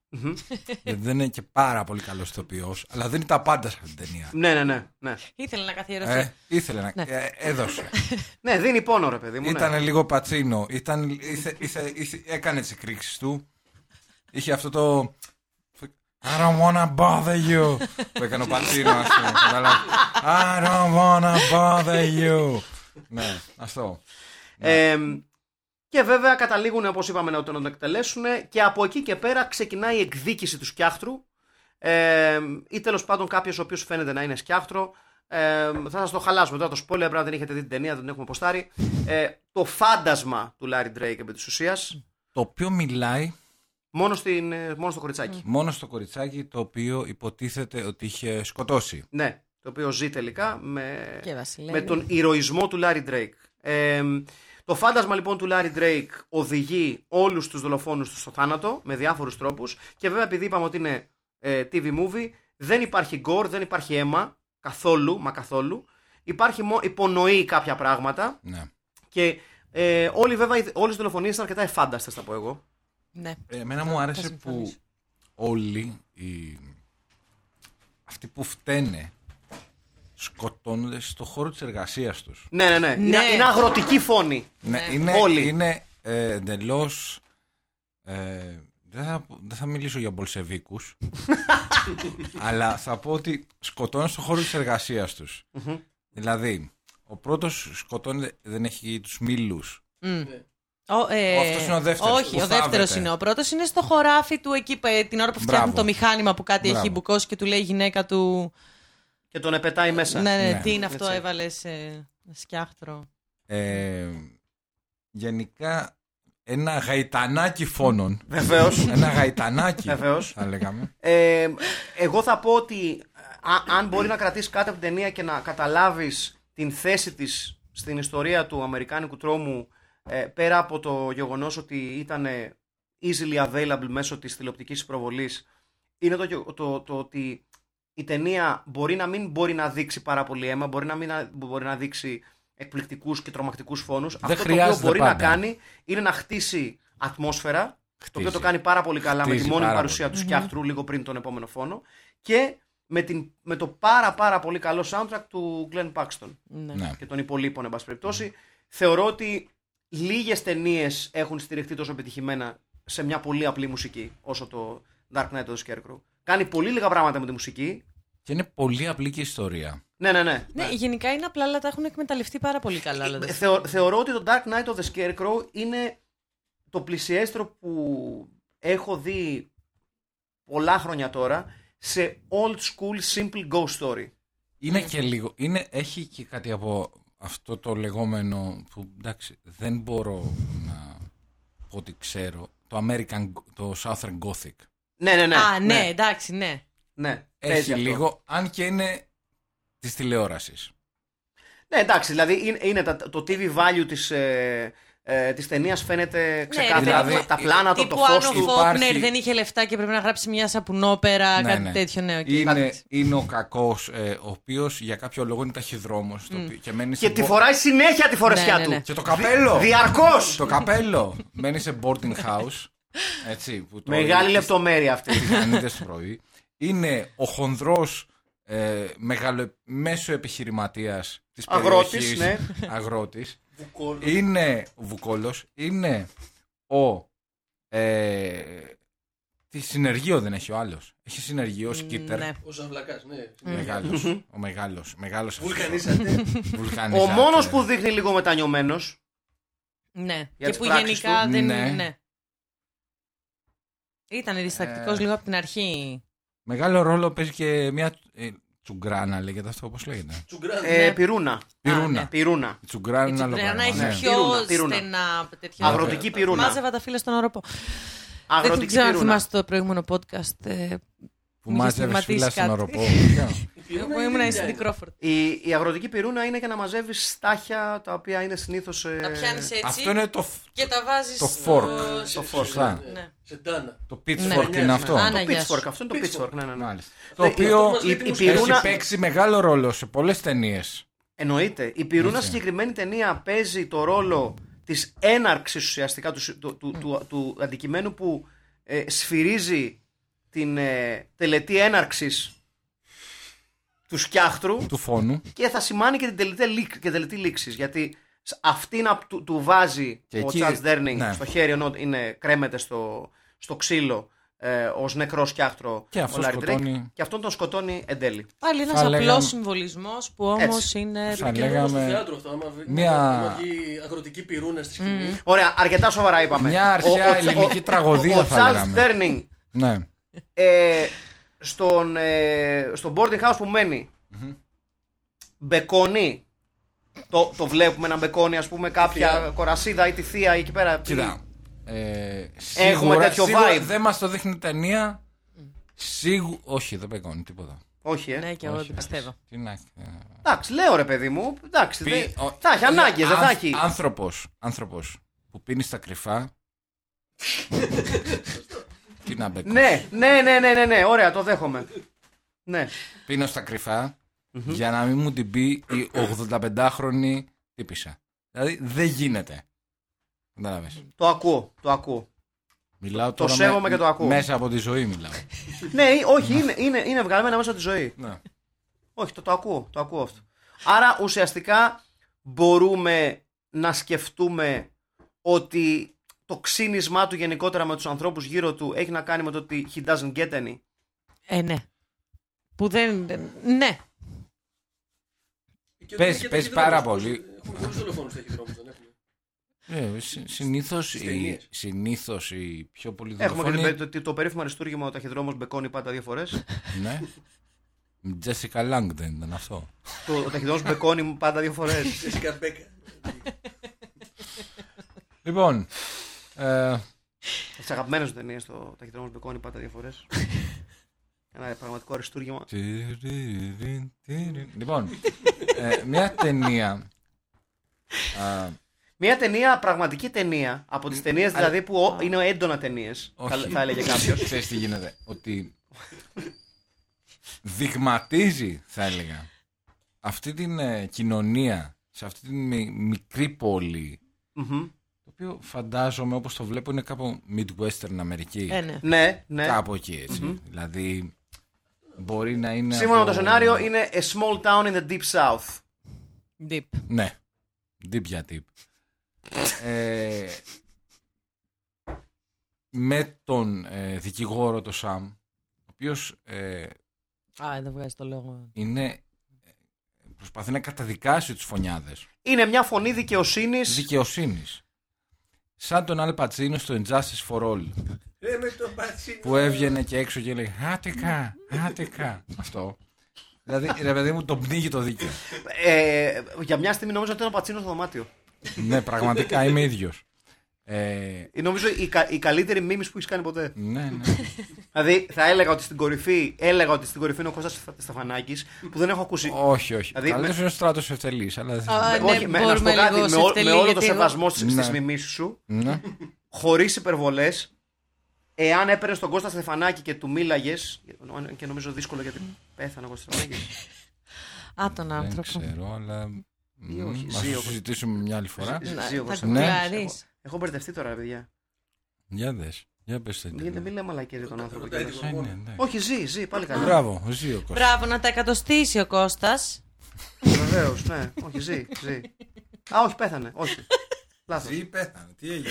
Speaker 3: Γιατί δεν είναι και πάρα πολύ καλός ηθοποιός, αλλά δίνει τα πάντα σε αυτή την ταινία.
Speaker 2: Ναι, ναι, ναι, ναι.
Speaker 4: Ήθελε να
Speaker 3: Ε,
Speaker 4: καθιερωθεί.
Speaker 3: ήθελε να.
Speaker 4: Ναι.
Speaker 3: ε, έδωσε.
Speaker 2: Ναι, δίνει πόνο, ρε παιδί μου. ναι.
Speaker 3: Ήταν λίγο πατσίνο. Ήταν, ήθε- ήθε- ήθε- έκανε τις εκρήξεις του. Είχε αυτό το. I don't wanna bother you. που έκανε ο πατσίνο, ας πούμε. κατάλαβες. I don't wanna bother you. ναι, αυτό.
Speaker 2: Ε, και βέβαια καταλήγουν, όπως είπαμε, να τον εκτελέσουν και από εκεί και πέρα ξεκινάει η εκδίκηση του σκιάχτρου. Ε, ή τέλος πάντων κάποιος ο οποίος φαίνεται να είναι σκιάχτρο. Ε, θα σας το χαλάσουμε τώρα το spoiler, πρέπει να την έχετε δει την ταινία, δεν την έχουμε ποστάρει. Ε, το φάντασμα του Λάρι Drake επί της ουσίας,
Speaker 3: Το οποίο μιλάει
Speaker 2: μόνο, στην, ε, μόνο στο κοριτσάκι.
Speaker 3: μόνο στο κοριτσάκι το οποίο υποτίθεται ότι είχε σκοτώσει.
Speaker 2: Ναι, το οποίο ζει τελικά με,
Speaker 4: Και Βασιλέλη.
Speaker 2: με τον ηρωισμό του Λάρι Ντρέικ. Ε, το φάντασμα λοιπόν του Λάρι Ντρέικ οδηγεί όλους τους δολοφόνους του στο θάνατο με διάφορους τρόπους και βέβαια επειδή είπαμε ότι είναι ε, TV movie δεν υπάρχει gore, δεν υπάρχει αίμα καθόλου, μα καθόλου. Υπάρχει, μο- υπονοεί κάποια πράγματα
Speaker 3: Ναι.
Speaker 2: και ε, όλοι βέβαια, οι- όλες οι δολοφονίες ήταν αρκετά εφάνταστες θα πω εγώ.
Speaker 4: Ναι.
Speaker 3: Εμένα μου άρεσε που
Speaker 4: συμφωνήσω.
Speaker 3: όλοι οι... αυτοί που φταίνε σκοτώνονται στο χώρο της εργασίας τους.
Speaker 2: Ναι, ναι, ναι. Είναι,
Speaker 4: Ναι.
Speaker 2: είναι αγροτική φόνη.
Speaker 3: Ναι, είναι,
Speaker 2: Όλοι.
Speaker 3: Είναι ε, εντελώς. Ε, δεν, θα, δεν θα μιλήσω για Μπολσεβίκους αλλά θα πω ότι σκοτώνουν στον χώρο της εργασίας τους. Δηλαδή, ο πρώτος σκοτώνεται, δεν έχει τους μήλους.
Speaker 4: Ο, ε,
Speaker 3: Ο αυτός είναι ο δεύτερος
Speaker 4: Όχι,
Speaker 3: που
Speaker 4: ο δεύτερο
Speaker 3: θάβεται.
Speaker 4: είναι. Ο πρώτος είναι στο χωράφι του εκεί ε, την ώρα που φτιάχνει
Speaker 3: Μπράβο.
Speaker 4: το μηχάνημα που κάτι
Speaker 3: Μπράβο.
Speaker 4: έχει μπουκώσει και του λέει η γυναίκα του.
Speaker 2: Και τον επετάει μέσα.
Speaker 4: Ναι, ναι,
Speaker 3: Ναι.
Speaker 4: τι είναι αυτό,
Speaker 2: Έτσι.
Speaker 4: έβαλες σκιάχτρο.
Speaker 3: Ε, γενικά, ένα γαϊτανάκι φόνων.
Speaker 2: Βεβαίως.
Speaker 3: Ένα γαϊτανάκι.
Speaker 2: Βεβαίως.
Speaker 3: Θα λέγαμε.
Speaker 2: Ε, εγώ θα πω ότι α- αν μπορεί να κρατήσεις κάτι από την ταινία και να καταλάβεις την θέση της στην ιστορία του Αμερικάνικου τρόμου ε, πέρα από το γεγονός ότι ήταν ε, easily available μέσω της τηλεοπτικής προβολής, είναι το, γε- το, το ότι η ταινία μπορεί να μην μπορεί να δείξει πάρα πολύ αίμα, μπορεί να μην να- μπορεί να δείξει εκπληκτικούς και τρομακτικούς φόνους. Αυτό το οποίο
Speaker 3: χρειάζεται
Speaker 2: μπορεί να
Speaker 3: πάντα.
Speaker 2: κάνει είναι να χτίσει ατμόσφαιρα Το οποίο
Speaker 3: Χτίζει.
Speaker 2: το κάνει πάρα πολύ καλά με
Speaker 3: Χτίζει
Speaker 2: τη μόνιμη
Speaker 3: πάρα
Speaker 2: παρουσία
Speaker 3: πολύ.
Speaker 2: του σκιάχτρου λίγο πριν τον επόμενο φόνο. Και με, την, με το πάρα πάρα πολύ καλό soundtrack του Glenn Paxton
Speaker 4: Ναι.
Speaker 3: Ναι.
Speaker 2: και των υπολείπων, εν πάση περιπτώσει. Θεωρώ ότι λίγες ταινίες έχουν στηριχτεί τόσο επιτυχημένα σε μια πολύ απλή μουσική όσο το Dark Knight of the Scarecrow. Κάνει πολύ λίγα πράγματα με τη μουσική.
Speaker 3: Και είναι πολύ απλή και η ιστορία.
Speaker 2: Ναι, ναι, ναι.
Speaker 4: Ναι, γενικά είναι απλά, αλλά τα έχουν εκμεταλλευτεί πάρα πολύ καλά.
Speaker 2: Ε,
Speaker 4: Δηλαδή.
Speaker 2: θεω- θεωρώ ότι το Dark Knight of the Scarecrow είναι το πλησιέστερο που έχω δει πολλά χρόνια τώρα σε old school simple ghost story.
Speaker 3: Είναι
Speaker 2: Ναι.
Speaker 3: και λίγο. Είναι, έχει και κάτι από αυτό το λεγόμενο που εντάξει δεν μπορώ να πω ότι ξέρω. Το American, το Southern Gothic.
Speaker 2: Ναι, ναι, ναι.
Speaker 4: Α, ναι,
Speaker 2: ναι.
Speaker 4: εντάξει, ναι.
Speaker 2: ναι.
Speaker 3: Έχει
Speaker 2: Παίζει αυτό.
Speaker 3: λίγο, αν και είναι της τηλεόρασης.
Speaker 2: Ναι, εντάξει, δηλαδή είναι, είναι τα- το TV value της, ε, ε, της ταινίας φαίνεται ξεκάθαρα.
Speaker 3: δηλαδή,
Speaker 2: τα, τα πλάνα του, το
Speaker 4: Ναι, Τύπου
Speaker 2: φως
Speaker 4: αν ο
Speaker 2: του.
Speaker 3: φω- Υπάρχει-
Speaker 4: Φόκνερ δεν είχε λεφτά και πρέπει να γράψει μια σαπουνόπερα, κάτι τέτοιο, ναι. οκ.
Speaker 3: είναι,
Speaker 4: Εντάξει.
Speaker 3: είναι ο κακός, ο οποίος για κάποιο λόγο είναι ταχυδρόμος. Και, μένει σε
Speaker 2: Και τη
Speaker 3: μπο-
Speaker 2: φοράει συνέχεια τη φορεσιά
Speaker 4: Ναι, ναι, ναι.
Speaker 2: του.
Speaker 3: και το καπέλο!
Speaker 2: Διαρκώς!
Speaker 3: το καπέλο! μένει σε boarding house. Έτσι, που το
Speaker 2: Μεγάλη λεπτομέρεια αυτή.
Speaker 3: Τηγανίτες το πρωί. Είναι ο χονδρός ε, μεγαλο, μέσο επιχειρηματίας της
Speaker 2: Αγρότης,
Speaker 3: περιοχής
Speaker 2: ναι.
Speaker 3: Αγρότης.
Speaker 5: Βουκόλ.
Speaker 2: Ε.
Speaker 3: Είναι ο Βουκόλος. Είναι ο. Ε, τι συνεργείο δεν έχει ο άλλος. Έχει συνεργείο, σκίτερ.
Speaker 4: Ναι.
Speaker 5: Ο Ζαβλακά, ναι.
Speaker 2: Ε.
Speaker 3: Μεγάλος, ο μεγάλος, μεγάλος
Speaker 2: [laughs]
Speaker 3: αυτός.
Speaker 5: Βουλκανίσατε.
Speaker 2: Ο
Speaker 3: Βουλκανίζατε.
Speaker 2: μόνος που δείχνει λίγο μετανιωμένος
Speaker 4: Ναι.
Speaker 2: Για
Speaker 4: και
Speaker 2: τις
Speaker 4: που
Speaker 2: πράξεις
Speaker 4: γενικά
Speaker 3: του,
Speaker 4: δεν
Speaker 3: ναι.
Speaker 4: είναι. Ναι. Ήταν διστακτικός
Speaker 3: Ε.
Speaker 4: λίγο από την αρχή.
Speaker 3: Μεγάλο ρόλο παίζει και μια ε, τσουγκράνα λέγεται αυτό όπως λέγεται.
Speaker 5: Τσουγκράν.
Speaker 2: ε,
Speaker 4: Ναι.
Speaker 2: πυρούνα.
Speaker 3: Πυρούνα.
Speaker 2: Πυρούνα.
Speaker 3: Η τσουγκράνα
Speaker 4: Η
Speaker 3: είναι άλλο
Speaker 4: Τσιπριανά
Speaker 3: πράγμα.
Speaker 4: έχει
Speaker 3: ναι.
Speaker 4: πιο
Speaker 2: Πυρούνα, πυρούνα.
Speaker 4: στενά τέτοια.
Speaker 2: Αγροτική πυρούνα.
Speaker 4: Μάζευα τα φίλια στον οροπό. Δεν
Speaker 2: Αγροτική
Speaker 4: ξέρω αν
Speaker 2: πυρούνα.
Speaker 4: θυμάστε το προηγούμενο podcast. ε,
Speaker 3: Που
Speaker 4: Μου είχε
Speaker 3: μάζευε φύλλα
Speaker 4: στιγματίσει
Speaker 3: στον
Speaker 4: κάτι.
Speaker 3: οροπό.
Speaker 4: Εγώ ήμουν η Cindy Crawford.
Speaker 2: Η, η αγροτική πυρούνα είναι για να μαζεύεις στάχια τα οποία είναι ε, συνήθω.
Speaker 4: Τα πιάνεις
Speaker 3: Αυτό
Speaker 4: έτσι
Speaker 3: είναι το, φ-
Speaker 4: και τα βάζεις.
Speaker 3: το fork.
Speaker 2: Το
Speaker 3: σωστά.
Speaker 4: Ναι.
Speaker 5: Σε τάνα.
Speaker 3: Το
Speaker 4: Ναι.
Speaker 3: pitchfork είναι αυτό.
Speaker 4: Άνα,
Speaker 2: Το
Speaker 4: Αναγιάς.
Speaker 2: pitchfork. Αυτό είναι το pitchfork. Ναι, ναι, ναι.
Speaker 3: Μάλιστα. Το
Speaker 2: Ε,
Speaker 3: οποίο
Speaker 5: αυτό μας
Speaker 2: η,
Speaker 5: λείπει
Speaker 2: η
Speaker 5: μου
Speaker 3: έχει
Speaker 2: πυρούνα,
Speaker 3: παίξει μεγάλο ρόλο σε πολλές ταινίες.
Speaker 2: Εννοείται. Η πυρούνα
Speaker 3: Έτσι.
Speaker 2: στη συγκεκριμένη ταινία παίζει το ρόλο της έναρξης ουσιαστικά του, συ- του, του, του, του αντικειμένου που ε, σφυρίζει την ε, τελετή έναρξης του σκιάχτρου
Speaker 3: του φόνου
Speaker 2: και θα σημάνει και την τελετή, λήξ- και τελετή λήξης. Γιατί σ- αυτή να του, του βάζει
Speaker 3: Και
Speaker 2: ο
Speaker 3: εκεί-
Speaker 2: Τσάρλ Ντέρνινγκ
Speaker 3: ναι.
Speaker 2: στο χέρι ενώ είναι, κρέμεται στο, στο ξύλο ε, ως νεκρός σκιάχτρο
Speaker 3: Και αυτό
Speaker 2: ο Λάρι Drake,
Speaker 3: σκοτώνει-
Speaker 2: και αυτόν τον σκοτώνει εν τέλει.
Speaker 4: Πάλι ένας
Speaker 3: Θα
Speaker 4: απλός
Speaker 3: λέγαμε-
Speaker 4: συμβολισμός που όμω
Speaker 2: Έτσι.
Speaker 4: είναι.
Speaker 3: Θα
Speaker 5: Και λέγαμε... στο
Speaker 3: λέγαμε
Speaker 5: θέατρο αυτό, άμα βγει-
Speaker 3: μια-
Speaker 5: άμα βγει αγροτική πυρούνα στη σκηνή.
Speaker 2: Ωραία, αρκετά σοβαρά είπαμε.
Speaker 3: Μια αρχαία
Speaker 2: Ο- ο-
Speaker 3: ελληνική τραγωδία,
Speaker 2: ο
Speaker 3: θα
Speaker 2: Charles
Speaker 3: λέγαμε.
Speaker 2: Durning,
Speaker 3: Ναι
Speaker 2: ε, στον, ε, στο boarding house που μενει μπεκώνει. Το, το βλέπουμε να μπεκώνει, ας πούμε, κάποια
Speaker 5: Θεία.
Speaker 2: κορασίδα ή τη θεία ή εκεί πέρα.
Speaker 3: Κοίτα ε, σίγουρα,
Speaker 2: τέτοιο
Speaker 3: σίγουρα
Speaker 2: vibe.
Speaker 3: Δεν μας το δείχνει η ταινία Σίγου... Όχι δεν παίγωνει τίποτα
Speaker 2: Όχι, ε.
Speaker 4: Ναι, και εγώ
Speaker 3: Όχι,
Speaker 4: το πιστεύω.
Speaker 3: Τι να... ε,
Speaker 2: Εντάξει, λέω ρε παιδί μου. Εντάξει,
Speaker 3: πει-
Speaker 2: δεν-
Speaker 3: ο-
Speaker 2: θα έχει ανάγκες, δεν θα
Speaker 3: Ανθ-
Speaker 2: έχει.
Speaker 3: Άνθρωπος Άνθρωπος που πίνεις στα κρυφά Τι να μπέκω
Speaker 2: Ναι, ναι, ναι, ναι, ναι, ναι, ωραία, το δέχομαι. Ναι.
Speaker 3: Πίνω στα κρυφα Για να μην μου την πει η 85χρονη τύπησα Δηλαδή δεν γίνεται Κατάλαβες
Speaker 2: Το ακούω, το ακούω.
Speaker 3: Μιλάω
Speaker 2: Το
Speaker 3: τώρα με-
Speaker 2: σέβομαι και το ακούω.
Speaker 3: Μέσα από τη ζωή μιλάω.
Speaker 2: ναι, ή- όχι, είναι, είναι, είναι βγαλμένα μέσα από τη ζωή.
Speaker 3: ναι.
Speaker 2: Όχι, το, το ακούω, το ακούω αυτό. Άρα ουσιαστικά μπορούμε να σκεφτούμε ότι το ξύνισμά του γενικότερα με τους ανθρώπους γύρω του έχει να κάνει με το ότι he doesn't get any.
Speaker 4: Ε, ναι. Που δεν. Ναι.
Speaker 5: Και-
Speaker 3: Παίζει-
Speaker 5: και- και
Speaker 3: παίζει
Speaker 5: ταχυδρόμους.
Speaker 3: πάρα πολύ.
Speaker 5: Έχουμε πολλούς δολοφόνους ταχυδρόμους, δεν έχουμε.
Speaker 3: Ε, συ- συνήθως,
Speaker 5: Στις
Speaker 3: οι,
Speaker 5: ταινίες.
Speaker 3: συνήθως οι πιο πολλοί
Speaker 2: Έχουμε και
Speaker 3: δολοφόνοι...
Speaker 2: το, το, το περίφημο αριστούργημα ο ταχυδρόμος μπεκώνει πάντα δύο φορές.
Speaker 3: ναι. Τζέσικα Λάγκ δεν ήταν αυτό.
Speaker 2: το, ο ταχυδρόμος μπεκώνει πάντα δύο φορές.
Speaker 5: Τζέσικα Μπέκα.
Speaker 3: Λοιπόν, ε,
Speaker 2: Τις αγαπημένες μου ταινίες το ταχυδρόμος μπεκώνει πάντα δύο φορές. Ένα πραγματικό αριστούργημα.
Speaker 3: λοιπόν ε, μια ταινία α,
Speaker 2: Μια ταινία, πραγματική ταινία, από τις ταινίες δηλαδή που ο- είναι έντονα ταινίες, θα,
Speaker 3: όχι.
Speaker 2: θα έλεγε κάποιος.
Speaker 3: [laughs] Ξέρεις τι γίνεται. Ότι δειγματίζει, θα έλεγα, αυτή την ε, κοινωνία σε αυτή την μι- μικρή πόλη
Speaker 2: Μμμ.
Speaker 3: το οποίο φαντάζομαι όπως το βλέπω είναι κάπου Midwestern Αμερική.
Speaker 4: Ε, ναι.
Speaker 2: Ναι, ναι.
Speaker 3: Κάπου εκεί έτσι. Δηλαδή μπορεί να
Speaker 4: Ναι,
Speaker 3: είναι.
Speaker 2: Σύμφωνα με
Speaker 3: από-
Speaker 2: το σενάριο είναι a small town in the deep south.
Speaker 4: Deep.
Speaker 3: Ναι. Deep για deep. ε, με τον ε, δικηγόρο το Σαμ, ο οποίος ε,
Speaker 4: Α, δεν βγάζει το λόγο.
Speaker 3: είναι, ε, προσπαθεί να καταδικάσει τους φωνιάδες
Speaker 2: Είναι μια φωνή δικαιοσύνης.
Speaker 3: δικαιοσύνης. Σαν τον Αλ Πατσίνο στο Injustice for All.
Speaker 5: Ρε Ε, με το πατσίνο.
Speaker 3: που έβγαινε και έξω και έλεγε Άτεκα, άτεκα. Αυτό. Δηλαδή, ρε παιδί μου, τον πνίγει το δίκαιο.
Speaker 2: Ε, για μια στιγμή νόμιζα ότι ήταν ο πατσίνος στο δωμάτιο.
Speaker 3: ναι, πραγματικά είμαι ίδιος. Ε,
Speaker 2: Ε, Νομίζω η, κα- η καλύτερη μίμηση που έχεις κάνει ποτέ.
Speaker 3: ναι, ναι.
Speaker 2: δηλαδή θα έλεγα ότι στην κορυφή, έλεγα ότι στην κορυφή είναι ο Κώστας Σταφανάκης που δεν έχω ακούσει.
Speaker 4: Ναι,
Speaker 3: όχι, όχι.
Speaker 2: Δηλαδή,
Speaker 3: Δηλαδή, Καλύτερος
Speaker 2: με-
Speaker 3: είναι ο στράτος ευτελής, αλλά δεν
Speaker 4: Α,
Speaker 3: θα-
Speaker 4: ναι.
Speaker 2: Όχι, με, να σου πω
Speaker 4: μπορούμε
Speaker 2: κάτι,
Speaker 4: λίγο
Speaker 2: με, ό-
Speaker 4: σε
Speaker 2: με όλο το
Speaker 4: ευτελή,
Speaker 2: σεβασμό στις
Speaker 3: Ναι.
Speaker 2: ναι. σου,
Speaker 3: ναι.
Speaker 2: χωρίς υπερβολές, εάν έπαιρνες τον Κώστα Στεφανάκη και του μίλαγες. Και νομίζω δύσκολο γιατί πέθανε ο Κώστας Στεφανάκης.
Speaker 4: Α, τον
Speaker 3: Δεν
Speaker 4: άνθρωπο.
Speaker 3: ξέρω, αλλά.
Speaker 2: Ή όχι,
Speaker 3: Μα
Speaker 2: ζει
Speaker 3: το
Speaker 2: όπως-
Speaker 3: συζητήσουμε μια άλλη φορά.
Speaker 2: Ζει.
Speaker 4: Να-
Speaker 2: Ζει ο
Speaker 3: Ναι.
Speaker 4: Θα
Speaker 2: Κώστας.
Speaker 4: κουκλάρεις.
Speaker 2: Έχω μπερδευτεί τώρα, ρε παιδιά.
Speaker 3: Για δες. Για πες την.
Speaker 2: Μην μην λέμε μαλακίε για τον άνθρωπο.
Speaker 5: Ρωτάει
Speaker 2: κιόλας.
Speaker 5: τι
Speaker 3: Ναι,
Speaker 5: γονεί.
Speaker 2: Όχι, ζει, ζει, πάλι καλά.
Speaker 3: Μπράβο, ζει ο Κώστας.
Speaker 4: Μπράβο, να τα εκατοστήσει ο Κώστας.
Speaker 2: Βεβαίως, ναι. Όχι, ζει, ζει. Α, όχι, πέθανε. Όχι. Λάθος.
Speaker 3: Ζει, πέθανε. Τι έγινε.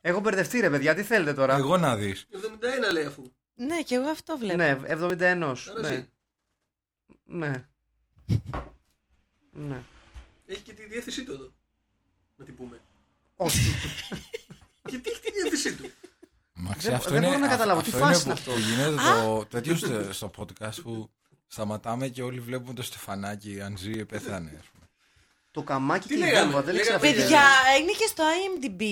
Speaker 2: Έχω μπερδευτεί, ρε παιδιά, τι θέλετε τώρα.
Speaker 3: Εγώ να δεις.
Speaker 5: 71 λέει αφού.
Speaker 4: Ναι, και εγώ αυτό βλέπω.
Speaker 2: Ναι, 71.
Speaker 5: Άρα
Speaker 2: Ναι.
Speaker 5: ζει.
Speaker 2: Ναι. Ναι.
Speaker 5: Έχει και τη διεύθυνσή του εδώ. Να την πούμε.
Speaker 2: Όχι.
Speaker 5: Και τι έχει τη διεύθυνσή του.
Speaker 3: Μαξί,
Speaker 2: Δεν-
Speaker 3: αυτό
Speaker 2: δεν
Speaker 3: είναι,
Speaker 2: μπορώ να
Speaker 3: αυ-
Speaker 2: καταλάβω.
Speaker 3: αυτό
Speaker 2: Τι φάση
Speaker 3: είναι
Speaker 2: είναι
Speaker 3: που- που γίνεται το τέτοιο στο, στο podcast που σταματάμε και όλοι βλέπουμε το Στεφανάκι αν ζει ή πεθάνε. ας πούμε.
Speaker 2: Το καμάκι και η
Speaker 5: λέγαμε,
Speaker 2: βέλβα, δεν ήξερα
Speaker 5: λέγαμε,
Speaker 2: αυτή η
Speaker 4: Παιδιά,
Speaker 2: βέλβα.
Speaker 4: είναι και στο IMDb.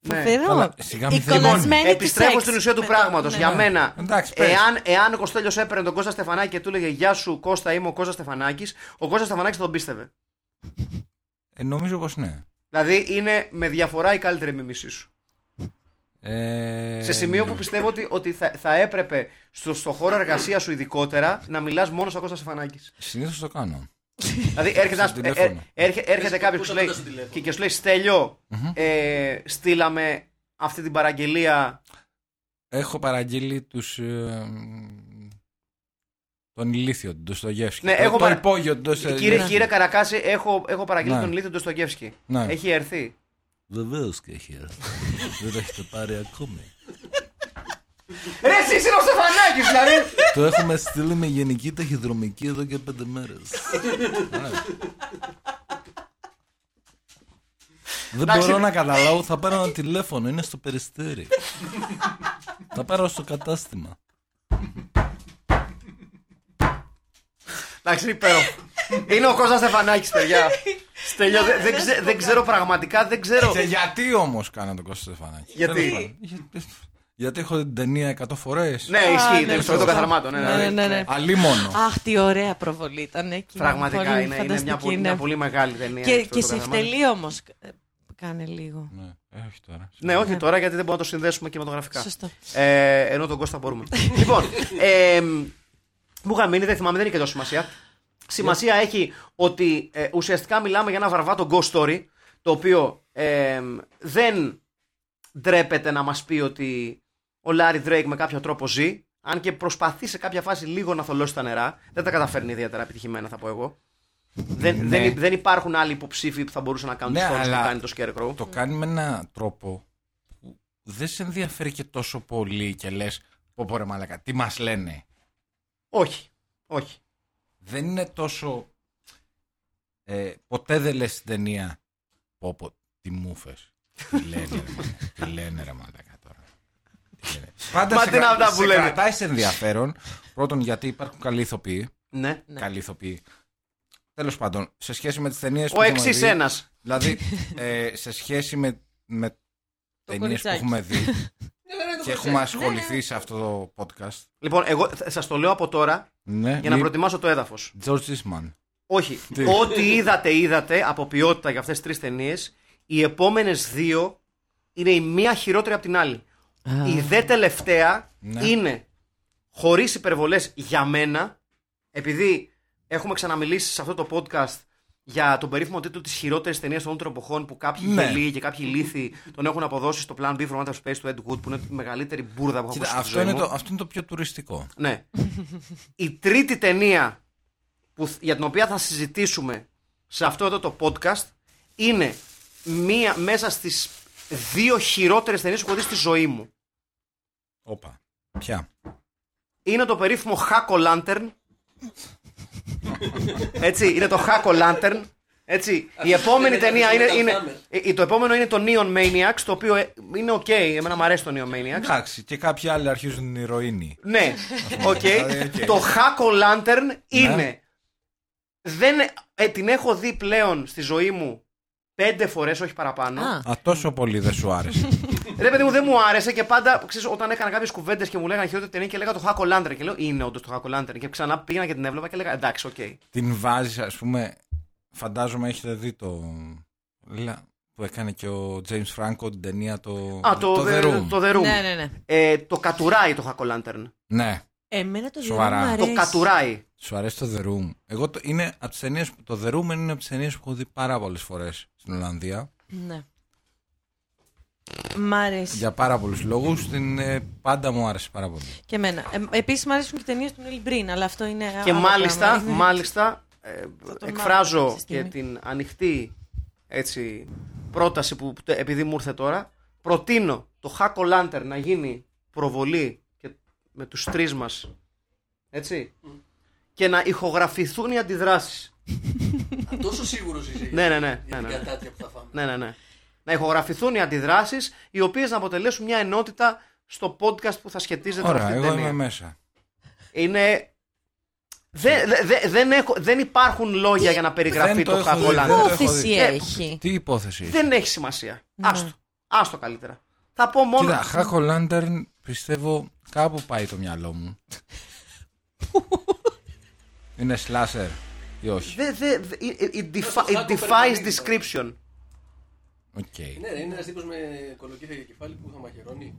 Speaker 2: Ναι.
Speaker 4: Φοβερό.
Speaker 3: Καλά, σιγά
Speaker 4: Η
Speaker 3: μη θυμώνει.
Speaker 4: κολλασμένη της
Speaker 2: Επιστρέφω
Speaker 4: σεξ.
Speaker 2: στην ουσία του
Speaker 4: Με το-
Speaker 2: πράγματος.
Speaker 4: ναι.
Speaker 2: Για μένα,
Speaker 3: Εντάξει, πες.
Speaker 2: εάν, εάν ο Κωστέλιος έπαιρνε τον Κώστα Στεφανάκη και του έλεγε Γεια σου, Κώστα, είμαι ο Κώστας Στεφανάκης, ο Κώστας Στεφανάκης θα τον πίστευε.
Speaker 3: Ε, νομίζω πως ναι.
Speaker 2: Δηλαδή είναι με διαφορά η καλύτερη μίμησή σου.
Speaker 3: Ε,
Speaker 2: Σε σημείο που πιστεύω ότι, ότι θα, θα έπρεπε στο, στο χώρο εργασίας σου ειδικότερα να μιλάς μόνος στο Κώστας Στεφανάκης.
Speaker 3: Συνήθως το κάνω.
Speaker 2: δηλαδή έρχεται,
Speaker 3: Στο
Speaker 2: ένας, ε,
Speaker 3: τηλέφωνο.
Speaker 2: ε, έρχε- έρχεται
Speaker 5: Πες,
Speaker 2: κάποιος
Speaker 5: πούς
Speaker 2: και,
Speaker 5: τα
Speaker 2: λέει-
Speaker 5: πέτας στο τηλέφωνο.
Speaker 2: και, και σου λέει Στέλιο, ε, στείλαμε αυτή την παραγγελία.
Speaker 3: Έχω παραγγείλει τους... ε, μ, τον ηλίθιο, τον Ντοστογεύσκη.
Speaker 2: Ναι,
Speaker 3: το,
Speaker 2: έχω
Speaker 3: το
Speaker 2: παρα-
Speaker 3: υπόγειο, τον Ντοστογεύσκη.
Speaker 2: Ε, Κύριε, κύριε Καρακάση, έχω, έχω παραγγείλει
Speaker 3: Ε, Ναι.
Speaker 2: τον Λίθιο Ντοστογεύσκη.
Speaker 3: Ναι.
Speaker 2: Έχει έρθει.
Speaker 6: Βεβαίως και έχει έρθει. Δεν το έχετε πάρει ακόμη.
Speaker 2: Ρε, εσύ είσαι ο Στεφανάκης, δηλαδή.
Speaker 6: το έχουμε στείλει με γενική ταχυδρομική εδώ και πέντε μέρες. Δεν
Speaker 2: Εντάξει.
Speaker 6: μπορώ να καταλάβω. Θα πάρω ένα τηλέφωνο. Είναι στο περιστέρι. θα πάρω στο κατάστημα.
Speaker 2: Εντάξει, είναι υπέροχο. Είναι ο Κώστας Στεφανάκης, παιδιά. Στέλιο, δεν- δεν ξε- δεν ξέρω πραγματικά, δεν ξέρω.
Speaker 3: Και γιατί όμως κάνω τον Κώστα Στεφανάκη.
Speaker 2: Γιατί?
Speaker 3: Τέλος πάντων. Γιατί- Γιατί έχω την ταινία 100 φορές.
Speaker 2: Ναι,
Speaker 4: Α,
Speaker 2: ισχύει.
Speaker 4: ναι,
Speaker 2: Το επεισόδιο των
Speaker 4: σωστά.
Speaker 2: καθαρμάτων. ναι,
Speaker 4: Ναι,
Speaker 2: ναι,
Speaker 4: ναι, ναι.
Speaker 3: Αλίμονο.
Speaker 4: Αχ, τι ωραία προβολή ήταν εκεί.
Speaker 2: Πραγματικά
Speaker 4: Πολύ
Speaker 2: είναι, είναι μια,
Speaker 4: φανταστική ναι.
Speaker 2: πολύ, μια πολύ μεγάλη ταινία.
Speaker 4: Και,
Speaker 2: αυτό
Speaker 4: και
Speaker 2: το
Speaker 4: σε
Speaker 2: καθαρμάτων.
Speaker 4: ευτελεί όμω. Κάνε λίγο.
Speaker 3: Ναι, ε, όχι τώρα.
Speaker 2: Ναι, όχι τώρα γιατί δεν μπορούμε να το συνδέσουμε κινηματογραφικά.
Speaker 4: Σωστό.
Speaker 2: Ε, ενώ τον Κώστα
Speaker 3: [laughs]
Speaker 2: μπορούμε. λοιπόν, ε, μου είχα μείνει, δεν θυμάμαι, δεν είχε τόσο σημασία. Σημασία έχει ότι ε, ουσιαστικά μιλάμε για ένα βαρβάτο ghost story το οποίο ε, δεν ντρέπεται να μας πει ότι ο Λάρι Drake με κάποιο τρόπο ζει αν και προσπαθεί σε κάποια φάση λίγο να θολώσει τα νερά δεν τα καταφέρνει ιδιαίτερα επιτυχημένα θα πω εγώ δεν,
Speaker 3: Ναι.
Speaker 2: δεν, δεν υπάρχουν άλλοι υποψήφοι που θα μπορούσαν να κάνουν
Speaker 3: Ναι,
Speaker 2: τις φόνες
Speaker 3: αλλά-
Speaker 2: που κάνει το Scarecrow
Speaker 3: Το κάνει με έναν τρόπο που δεν σε ενδιαφέρει και τόσο πολύ και λες: Πω πω ρε μαλακά, τι μας λένε.
Speaker 2: όχι, όχι
Speaker 3: Δεν είναι τόσο. Ε, ποτέ δεν λες στην ταινία. Πω πω, τι μου φες. Τι λένε, ρε, μαλάκα, τι λένε ρε μαλακά τώρα. Τι λένε. Πάντα
Speaker 2: Μα
Speaker 3: σε,
Speaker 2: τι είναι
Speaker 3: κρα-
Speaker 2: αυτά που
Speaker 3: σε
Speaker 2: λένε.
Speaker 3: κρατάει σε ενδιαφέρον. Πρώτον, γιατί υπάρχουν καλοί ηθοποιοί.
Speaker 2: ναι.
Speaker 4: Ναι.
Speaker 3: Καλοί ηθοποιοί. Τέλος πάντων, σε σχέση με τις ταινίες που.
Speaker 2: ο
Speaker 3: έχουμε
Speaker 2: εξή
Speaker 3: δει,
Speaker 2: ένα.
Speaker 3: Δηλαδή, ε, σε σχέση με, με ταινίες που
Speaker 4: κοριτσάκι.
Speaker 3: έχουμε δει και έχουμε ασχοληθεί σε αυτό το podcast.
Speaker 2: Λοιπόν, εγώ σας το λέω από τώρα
Speaker 3: Ναι,
Speaker 2: για να προετοιμάσω το έδαφος.
Speaker 3: George Eastman.
Speaker 2: Όχι.
Speaker 3: [laughs] Τι?
Speaker 2: Ό,τι είδατε, είδατε από ποιότητα για αυτές τις τρεις ταινίες. Οι επόμενες δύο είναι η μία χειρότερη από την άλλη. Η δε τελευταία
Speaker 3: Ναι.
Speaker 2: είναι χωρίς υπερβολές για μένα, επειδή έχουμε ξαναμιλήσει σε αυτό το podcast για τον περίφημο τίτλο της χειρότερης ταινίας των όλων των εποχών που κάποιοι
Speaker 6: Ναι.
Speaker 2: γελοί και κάποιοι λύθοι τον έχουν αποδώσει στο Plan B from Outer Space του Ed Wood που είναι η μεγαλύτερη μπουρδα που έχω
Speaker 3: Κοίτα,
Speaker 2: ακούσει στη
Speaker 3: αυτό
Speaker 2: ζωή
Speaker 3: είναι,
Speaker 2: μου.
Speaker 3: το, αυτό είναι το πιο τουριστικό.
Speaker 2: Ναι. η τρίτη ταινία που, θ- για την οποία θα συζητήσουμε σε αυτό εδώ το podcast είναι μία μέσα στις δύο χειρότερες ταινίες που έχω δει στη ζωή μου.
Speaker 3: Όπα. Ποια.
Speaker 2: Είναι το περίφημο Hack o' Lantern. Έτσι, είναι το Hack o' Lantern. Έτσι, η επόμενη ταινία είναι, είναι- ε, Το επόμενο είναι το Neon Maniacs, το οποίο ε, είναι οκ. Εμένα μου αρέσει το Neon Maniacs.
Speaker 3: Εντάξει, και κάποιοι άλλοι αρχίζουν την ηρωίνη.
Speaker 2: Ναι, οκ.
Speaker 3: [laughs] Δηλαδή, οκ. Ναι.
Speaker 2: Το Hack o' Lantern είναι. Δεν, ε, την έχω δει πλέον στη ζωή μου πέντε φορές, όχι παραπάνω.
Speaker 4: Α.
Speaker 3: Α, τόσο πολύ δεν
Speaker 2: [laughs]
Speaker 3: σου άρεσε.
Speaker 2: Ρε παιδί μου, δεν μου άρεσε και πάντα, ξέρεις, όταν έκανα κάποιες κουβέντες και μου λέγανε χειρότερη ταινία και λέγα το Hack o' Lantern. Και λέω, είναι όντως το Hack o' Lantern. Και ξανά πήγαινα και την έβλεπα και λέγα, εντάξει, οκ.
Speaker 3: την βάζεις, ας πούμε. Φαντάζομαι έχετε δει το. Λα- που έκανε και ο James Franco την ταινία το.
Speaker 2: Α, το,
Speaker 3: The Room.
Speaker 2: Το The Room.
Speaker 4: Ναι, ναι, ναι.
Speaker 2: Ε, το κατουράει το Hack o' Lantern.
Speaker 3: Ναι,
Speaker 4: Εμένα το
Speaker 3: Σοβαρά.
Speaker 4: Σοβαρά. μου αρέσει.
Speaker 2: Το κατουράει.
Speaker 3: σου αρέσει το The Room. Εγώ το, είναι από τις ταινίες, που- το The Room είναι από τις ταινίες που έχω δει πάρα πολλές φορές στην Ολλανδία.
Speaker 4: Ναι. Μ' αρέσει.
Speaker 3: Για πάρα πολλούς λόγους. ε, πάντα μου άρεσε πάρα πολύ.
Speaker 4: Και εμένα. Ε, Επίσης μου αρέσουν και ταινίες του Νίλ Μπριν, αλλά αυτό είναι.
Speaker 2: Και
Speaker 4: άλλο
Speaker 2: μάλιστα,
Speaker 4: πράγμα.
Speaker 2: μάλιστα ε,
Speaker 4: τον μάθω
Speaker 2: εκφράζω
Speaker 4: κάποια
Speaker 2: και
Speaker 4: στιγμή.
Speaker 2: την ανοιχτή έτσι, πρόταση που που, επειδή μου ήρθε τώρα. Προτείνω το Hack o' Lantern να γίνει προβολή και με τους τρεις μας. Έτσι. Και να ηχογραφηθούν οι αντιδράσεις.
Speaker 5: Τόσο σίγουρος είσαι.
Speaker 2: Ναι, ναι, ναι. ναι,
Speaker 5: Για την
Speaker 2: ναι, ναι.
Speaker 5: κατάτια που θα φάμε.
Speaker 2: ναι, ναι, ναι. Να ηχογραφηθούν οι αντιδράσεις οι οποίες να αποτελέσουν μια ενότητα στο podcast που θα σχετίζεται με
Speaker 3: Ωραία,
Speaker 2: αυτή την
Speaker 3: εγώ
Speaker 2: ταινία.
Speaker 3: είμαι μέσα.
Speaker 2: Είναι. Δεν, δε- δε- δεν, έχω, δεν υπάρχουν λόγια για να περιγραφεί
Speaker 3: Δεν το
Speaker 2: το
Speaker 3: έχω δει,
Speaker 2: Χακολάντερ.
Speaker 3: δεν το
Speaker 2: Δεν,
Speaker 3: έχω
Speaker 4: Όθηση
Speaker 3: δει.
Speaker 2: Ε,
Speaker 4: έχει.
Speaker 3: Τι υπόθεση. έχει?
Speaker 2: έχει σημασία. Άστο. Άστο καλύτερα. Θα πω μόνο.
Speaker 3: Κοίτα, Χάκο Λάντερν πιστεύω κάπου πάει το μυαλό
Speaker 2: [laughs]
Speaker 3: μου. είναι σλάσερ ή όχι.
Speaker 2: Δε, δε, δε- it- it, defi-
Speaker 5: Χάκο
Speaker 2: it defies
Speaker 5: περιμένει.
Speaker 2: description.
Speaker 3: Οκ.
Speaker 5: Ναι, ρε, είναι ένας τύπος με κολοκύθα για κεφάλι που θα μαχαιρώνει.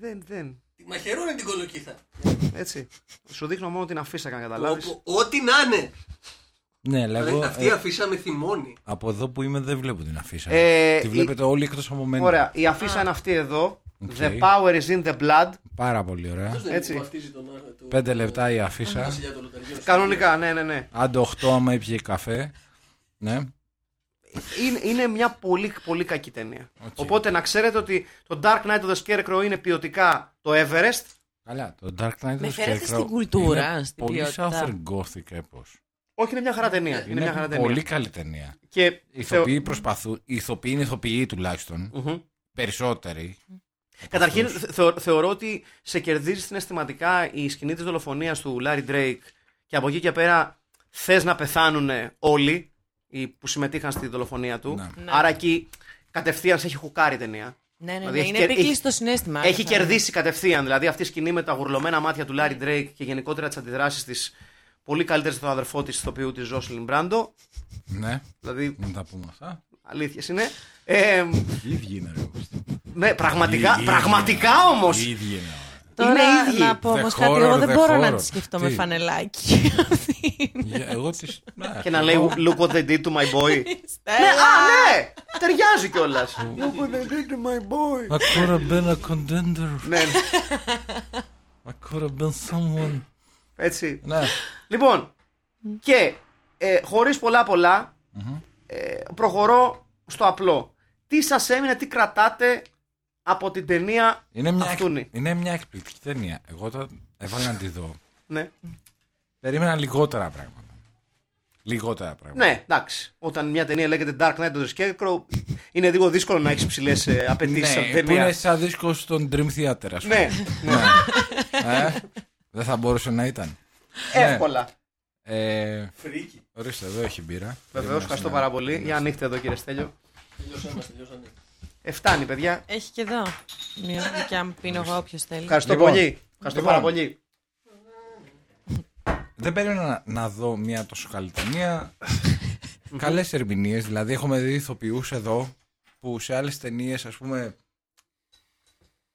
Speaker 2: Δεν, δεν.
Speaker 5: Τη μαχαιρώνει την κολοκύθα.
Speaker 2: Έτσι. Σου δείχνω μόνο την αφίσα για να καταλάβεις.
Speaker 5: Όπου- Ό,τι να είναι.
Speaker 3: Ναι, αλλά εγώ
Speaker 5: Αυτή η
Speaker 3: ε,
Speaker 5: αφίσα με θυμώνει.
Speaker 3: από εδώ που είμαι δεν βλέπω την αφίσα.
Speaker 2: Ε,
Speaker 3: Τη
Speaker 2: η-
Speaker 3: βλέπετε όλοι εκτός από μένα.
Speaker 2: Ωραία. Η αφίσα είναι αυτή εδώ.
Speaker 3: Οκ.
Speaker 2: The power is in the blood.
Speaker 3: Πάρα πολύ ωραία.
Speaker 5: Ποιο δεν
Speaker 2: Έτσι.
Speaker 5: είναι που βαφτίζει τον άγρο του.
Speaker 3: Πέντε λεπτά η αφίσα.
Speaker 5: βασιλιά των λοταριών.
Speaker 2: Κανονικά, ναι, ναι, ναι.
Speaker 3: Άντε 8 άμα ήπιε καφέ. Ναι.
Speaker 2: Είναι, είναι μια πολύ, πολύ κακή ταινία. Οπότε να ξέρετε ότι το Dark Knight of the Scarecrow είναι ποιοτικά το Everest.
Speaker 3: Καλά, το Dark Knight
Speaker 4: Με
Speaker 3: of the
Speaker 4: φέρετε
Speaker 3: Scarecrow
Speaker 4: στην κουλτούρα,
Speaker 3: είναι
Speaker 4: στην
Speaker 3: πολύ
Speaker 4: ποιότητα.
Speaker 3: Southern Gothic έπος.
Speaker 2: Όχι, είναι μια
Speaker 3: Ναι,
Speaker 2: χαρά ταινία. Είναι, μια χαρά ταινία.
Speaker 3: πολύ καλή ταινία.
Speaker 2: Και
Speaker 3: Οι ηθοποιοί προσπαθούν, οι ηθοποιοί είναι ηθοποιοί τουλάχιστον,
Speaker 2: Μμμ.
Speaker 3: περισσότεροι.
Speaker 2: Καταρχήν, θεω- θεωρώ ότι σε κερδίζει συναισθηματικά η σκηνή της δολοφονίας του Λάρι Drake και από εκεί και πέρα θες να πεθάνουν όλοι οι που συμμετείχαν στη δολοφονία του.
Speaker 3: Ναι.
Speaker 4: Ναι.
Speaker 2: Άρα εκεί κατευθείαν σε έχει χουκάρει η ταινία.
Speaker 4: Ναι, ναι,
Speaker 2: Δηλαδή
Speaker 4: ναι.
Speaker 2: έχει
Speaker 4: Είναι
Speaker 2: κερ-
Speaker 4: επίκλειστο συνέστημα. Ναι,
Speaker 2: Έχει κερδίσει κατευθείαν. Δηλαδή αυτή η σκηνή με τα γουρλωμένα μάτια του Λάρι Drake και γενικότερα τις αντιδράσεις της πολύ καλύτερης στον αδερφό της ηθοποιού τη Ζώσιλιν Μπράντο.
Speaker 3: Ναι,
Speaker 2: Δηλαδή
Speaker 3: να τα πούμε αυτά.
Speaker 2: αλήθειες είναι. Ε,
Speaker 3: Οι ίδιοι είναι ρε.
Speaker 2: ναι, πραγματικά, πραγματικά όμως.
Speaker 3: Οι ίδιοι είναι.
Speaker 4: Τώρα
Speaker 2: είναι ίδιοι.
Speaker 4: να πω όμως
Speaker 3: The
Speaker 4: κάτι.
Speaker 3: horror,
Speaker 4: Εγώ δεν
Speaker 3: the
Speaker 4: μπορώ
Speaker 3: horror.
Speaker 4: να τη σκεφτώ με
Speaker 3: Τι?
Speaker 4: φανελάκι. Αυτή είναι.
Speaker 3: Για- Εγώ τις... ναι,
Speaker 2: Και να λέει Look what they did to my boy. ναι,
Speaker 4: Στέλλα.
Speaker 2: α, ναι! Ταιριάζει κιόλας. Look what they did to my boy.
Speaker 6: I could have been a contender.
Speaker 2: ναι,
Speaker 6: I could have been someone.
Speaker 2: έτσι.
Speaker 3: Ναι.
Speaker 2: Λοιπόν, και ε, χωρίς πολλά πολλά, ε, προχωρώ στο απλό. Τι σας έμεινε, τι κρατάτε από την ταινία
Speaker 3: Είναι μια, εκ-
Speaker 2: Αυτούνη.
Speaker 3: είναι μια εκπληκτική ταινία. Εγώ όταν έβαλα να τη δω,
Speaker 2: Ναι.
Speaker 3: περίμενα λιγότερα πράγματα. Λιγότερα πράγματα.
Speaker 2: ναι, εντάξει. Όταν μια ταινία λέγεται Dark Knight of the Scarecrow, είναι λίγο δύσκολο να έχεις ψηλές απαιτήσει από
Speaker 3: Ναι, που είναι
Speaker 2: ταινία.
Speaker 3: σαν δίσκο στον Dream Theater, ας πούμε.
Speaker 2: Ναι,
Speaker 3: Ναι. ε, δεν θα μπορούσε να ήταν.
Speaker 2: εύκολα.
Speaker 3: Ε,
Speaker 5: Φρίκι.
Speaker 3: ορίστε, εδώ έχει μπύρα.
Speaker 2: Βεβαίως, ευχαριστώ πάρα πολύ. Για ανοίχτε εδώ, κύριε Στέλιο.
Speaker 5: Τελειώσαμε, μας, τελειώσαμε.
Speaker 2: Ε, φτάνει, παιδιά.
Speaker 4: Έχει και εδώ. Μια δικιά μου πίνω εγώ όποιος θέλει.
Speaker 2: Ευχαριστώ
Speaker 3: Λοιπόν.
Speaker 2: πολύ. Ευχαριστώ
Speaker 3: Λοιπόν.
Speaker 2: πάρα πολύ.
Speaker 3: Δεν περίμενα να, να δω μια τόσο καλή
Speaker 2: [laughs]
Speaker 3: ταινία. Καλές ερμηνείες. Δηλαδή, έχουμε δει ηθοποιούς εδώ που σε άλλες ταινίες, ας πούμε.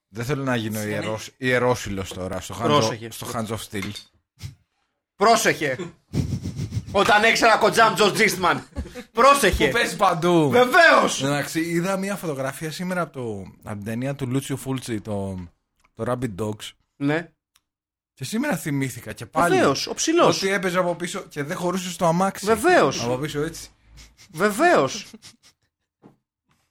Speaker 3: Δεν θέλω να γίνω ιερός, ιερόσιλος τώρα στο Hands, of,
Speaker 2: Πρόσεχε.
Speaker 3: στο Hands of Steel.
Speaker 2: Πρόσεχε. Όταν έξερα κοντζάμ Τζο Τζίστμαν. Πρόσεχε.
Speaker 3: Πες παντού.
Speaker 2: Βεβαίως.
Speaker 3: Εν τω μεταξύ, είδα μια φωτογραφία σήμερα από, το, από την ταινία του Λούτσιο Φούλτσι, το, το Rabbit Dogs.
Speaker 2: Ναι.
Speaker 3: Και σήμερα θυμήθηκα και πάλι.
Speaker 2: Βεβαίως. Ο ψηλός.
Speaker 3: Ότι έπαιζε από πίσω και δεν χωρούσε στο αμάξι.
Speaker 2: Βεβαίως.
Speaker 3: Από πίσω έτσι.
Speaker 2: Βεβαίως.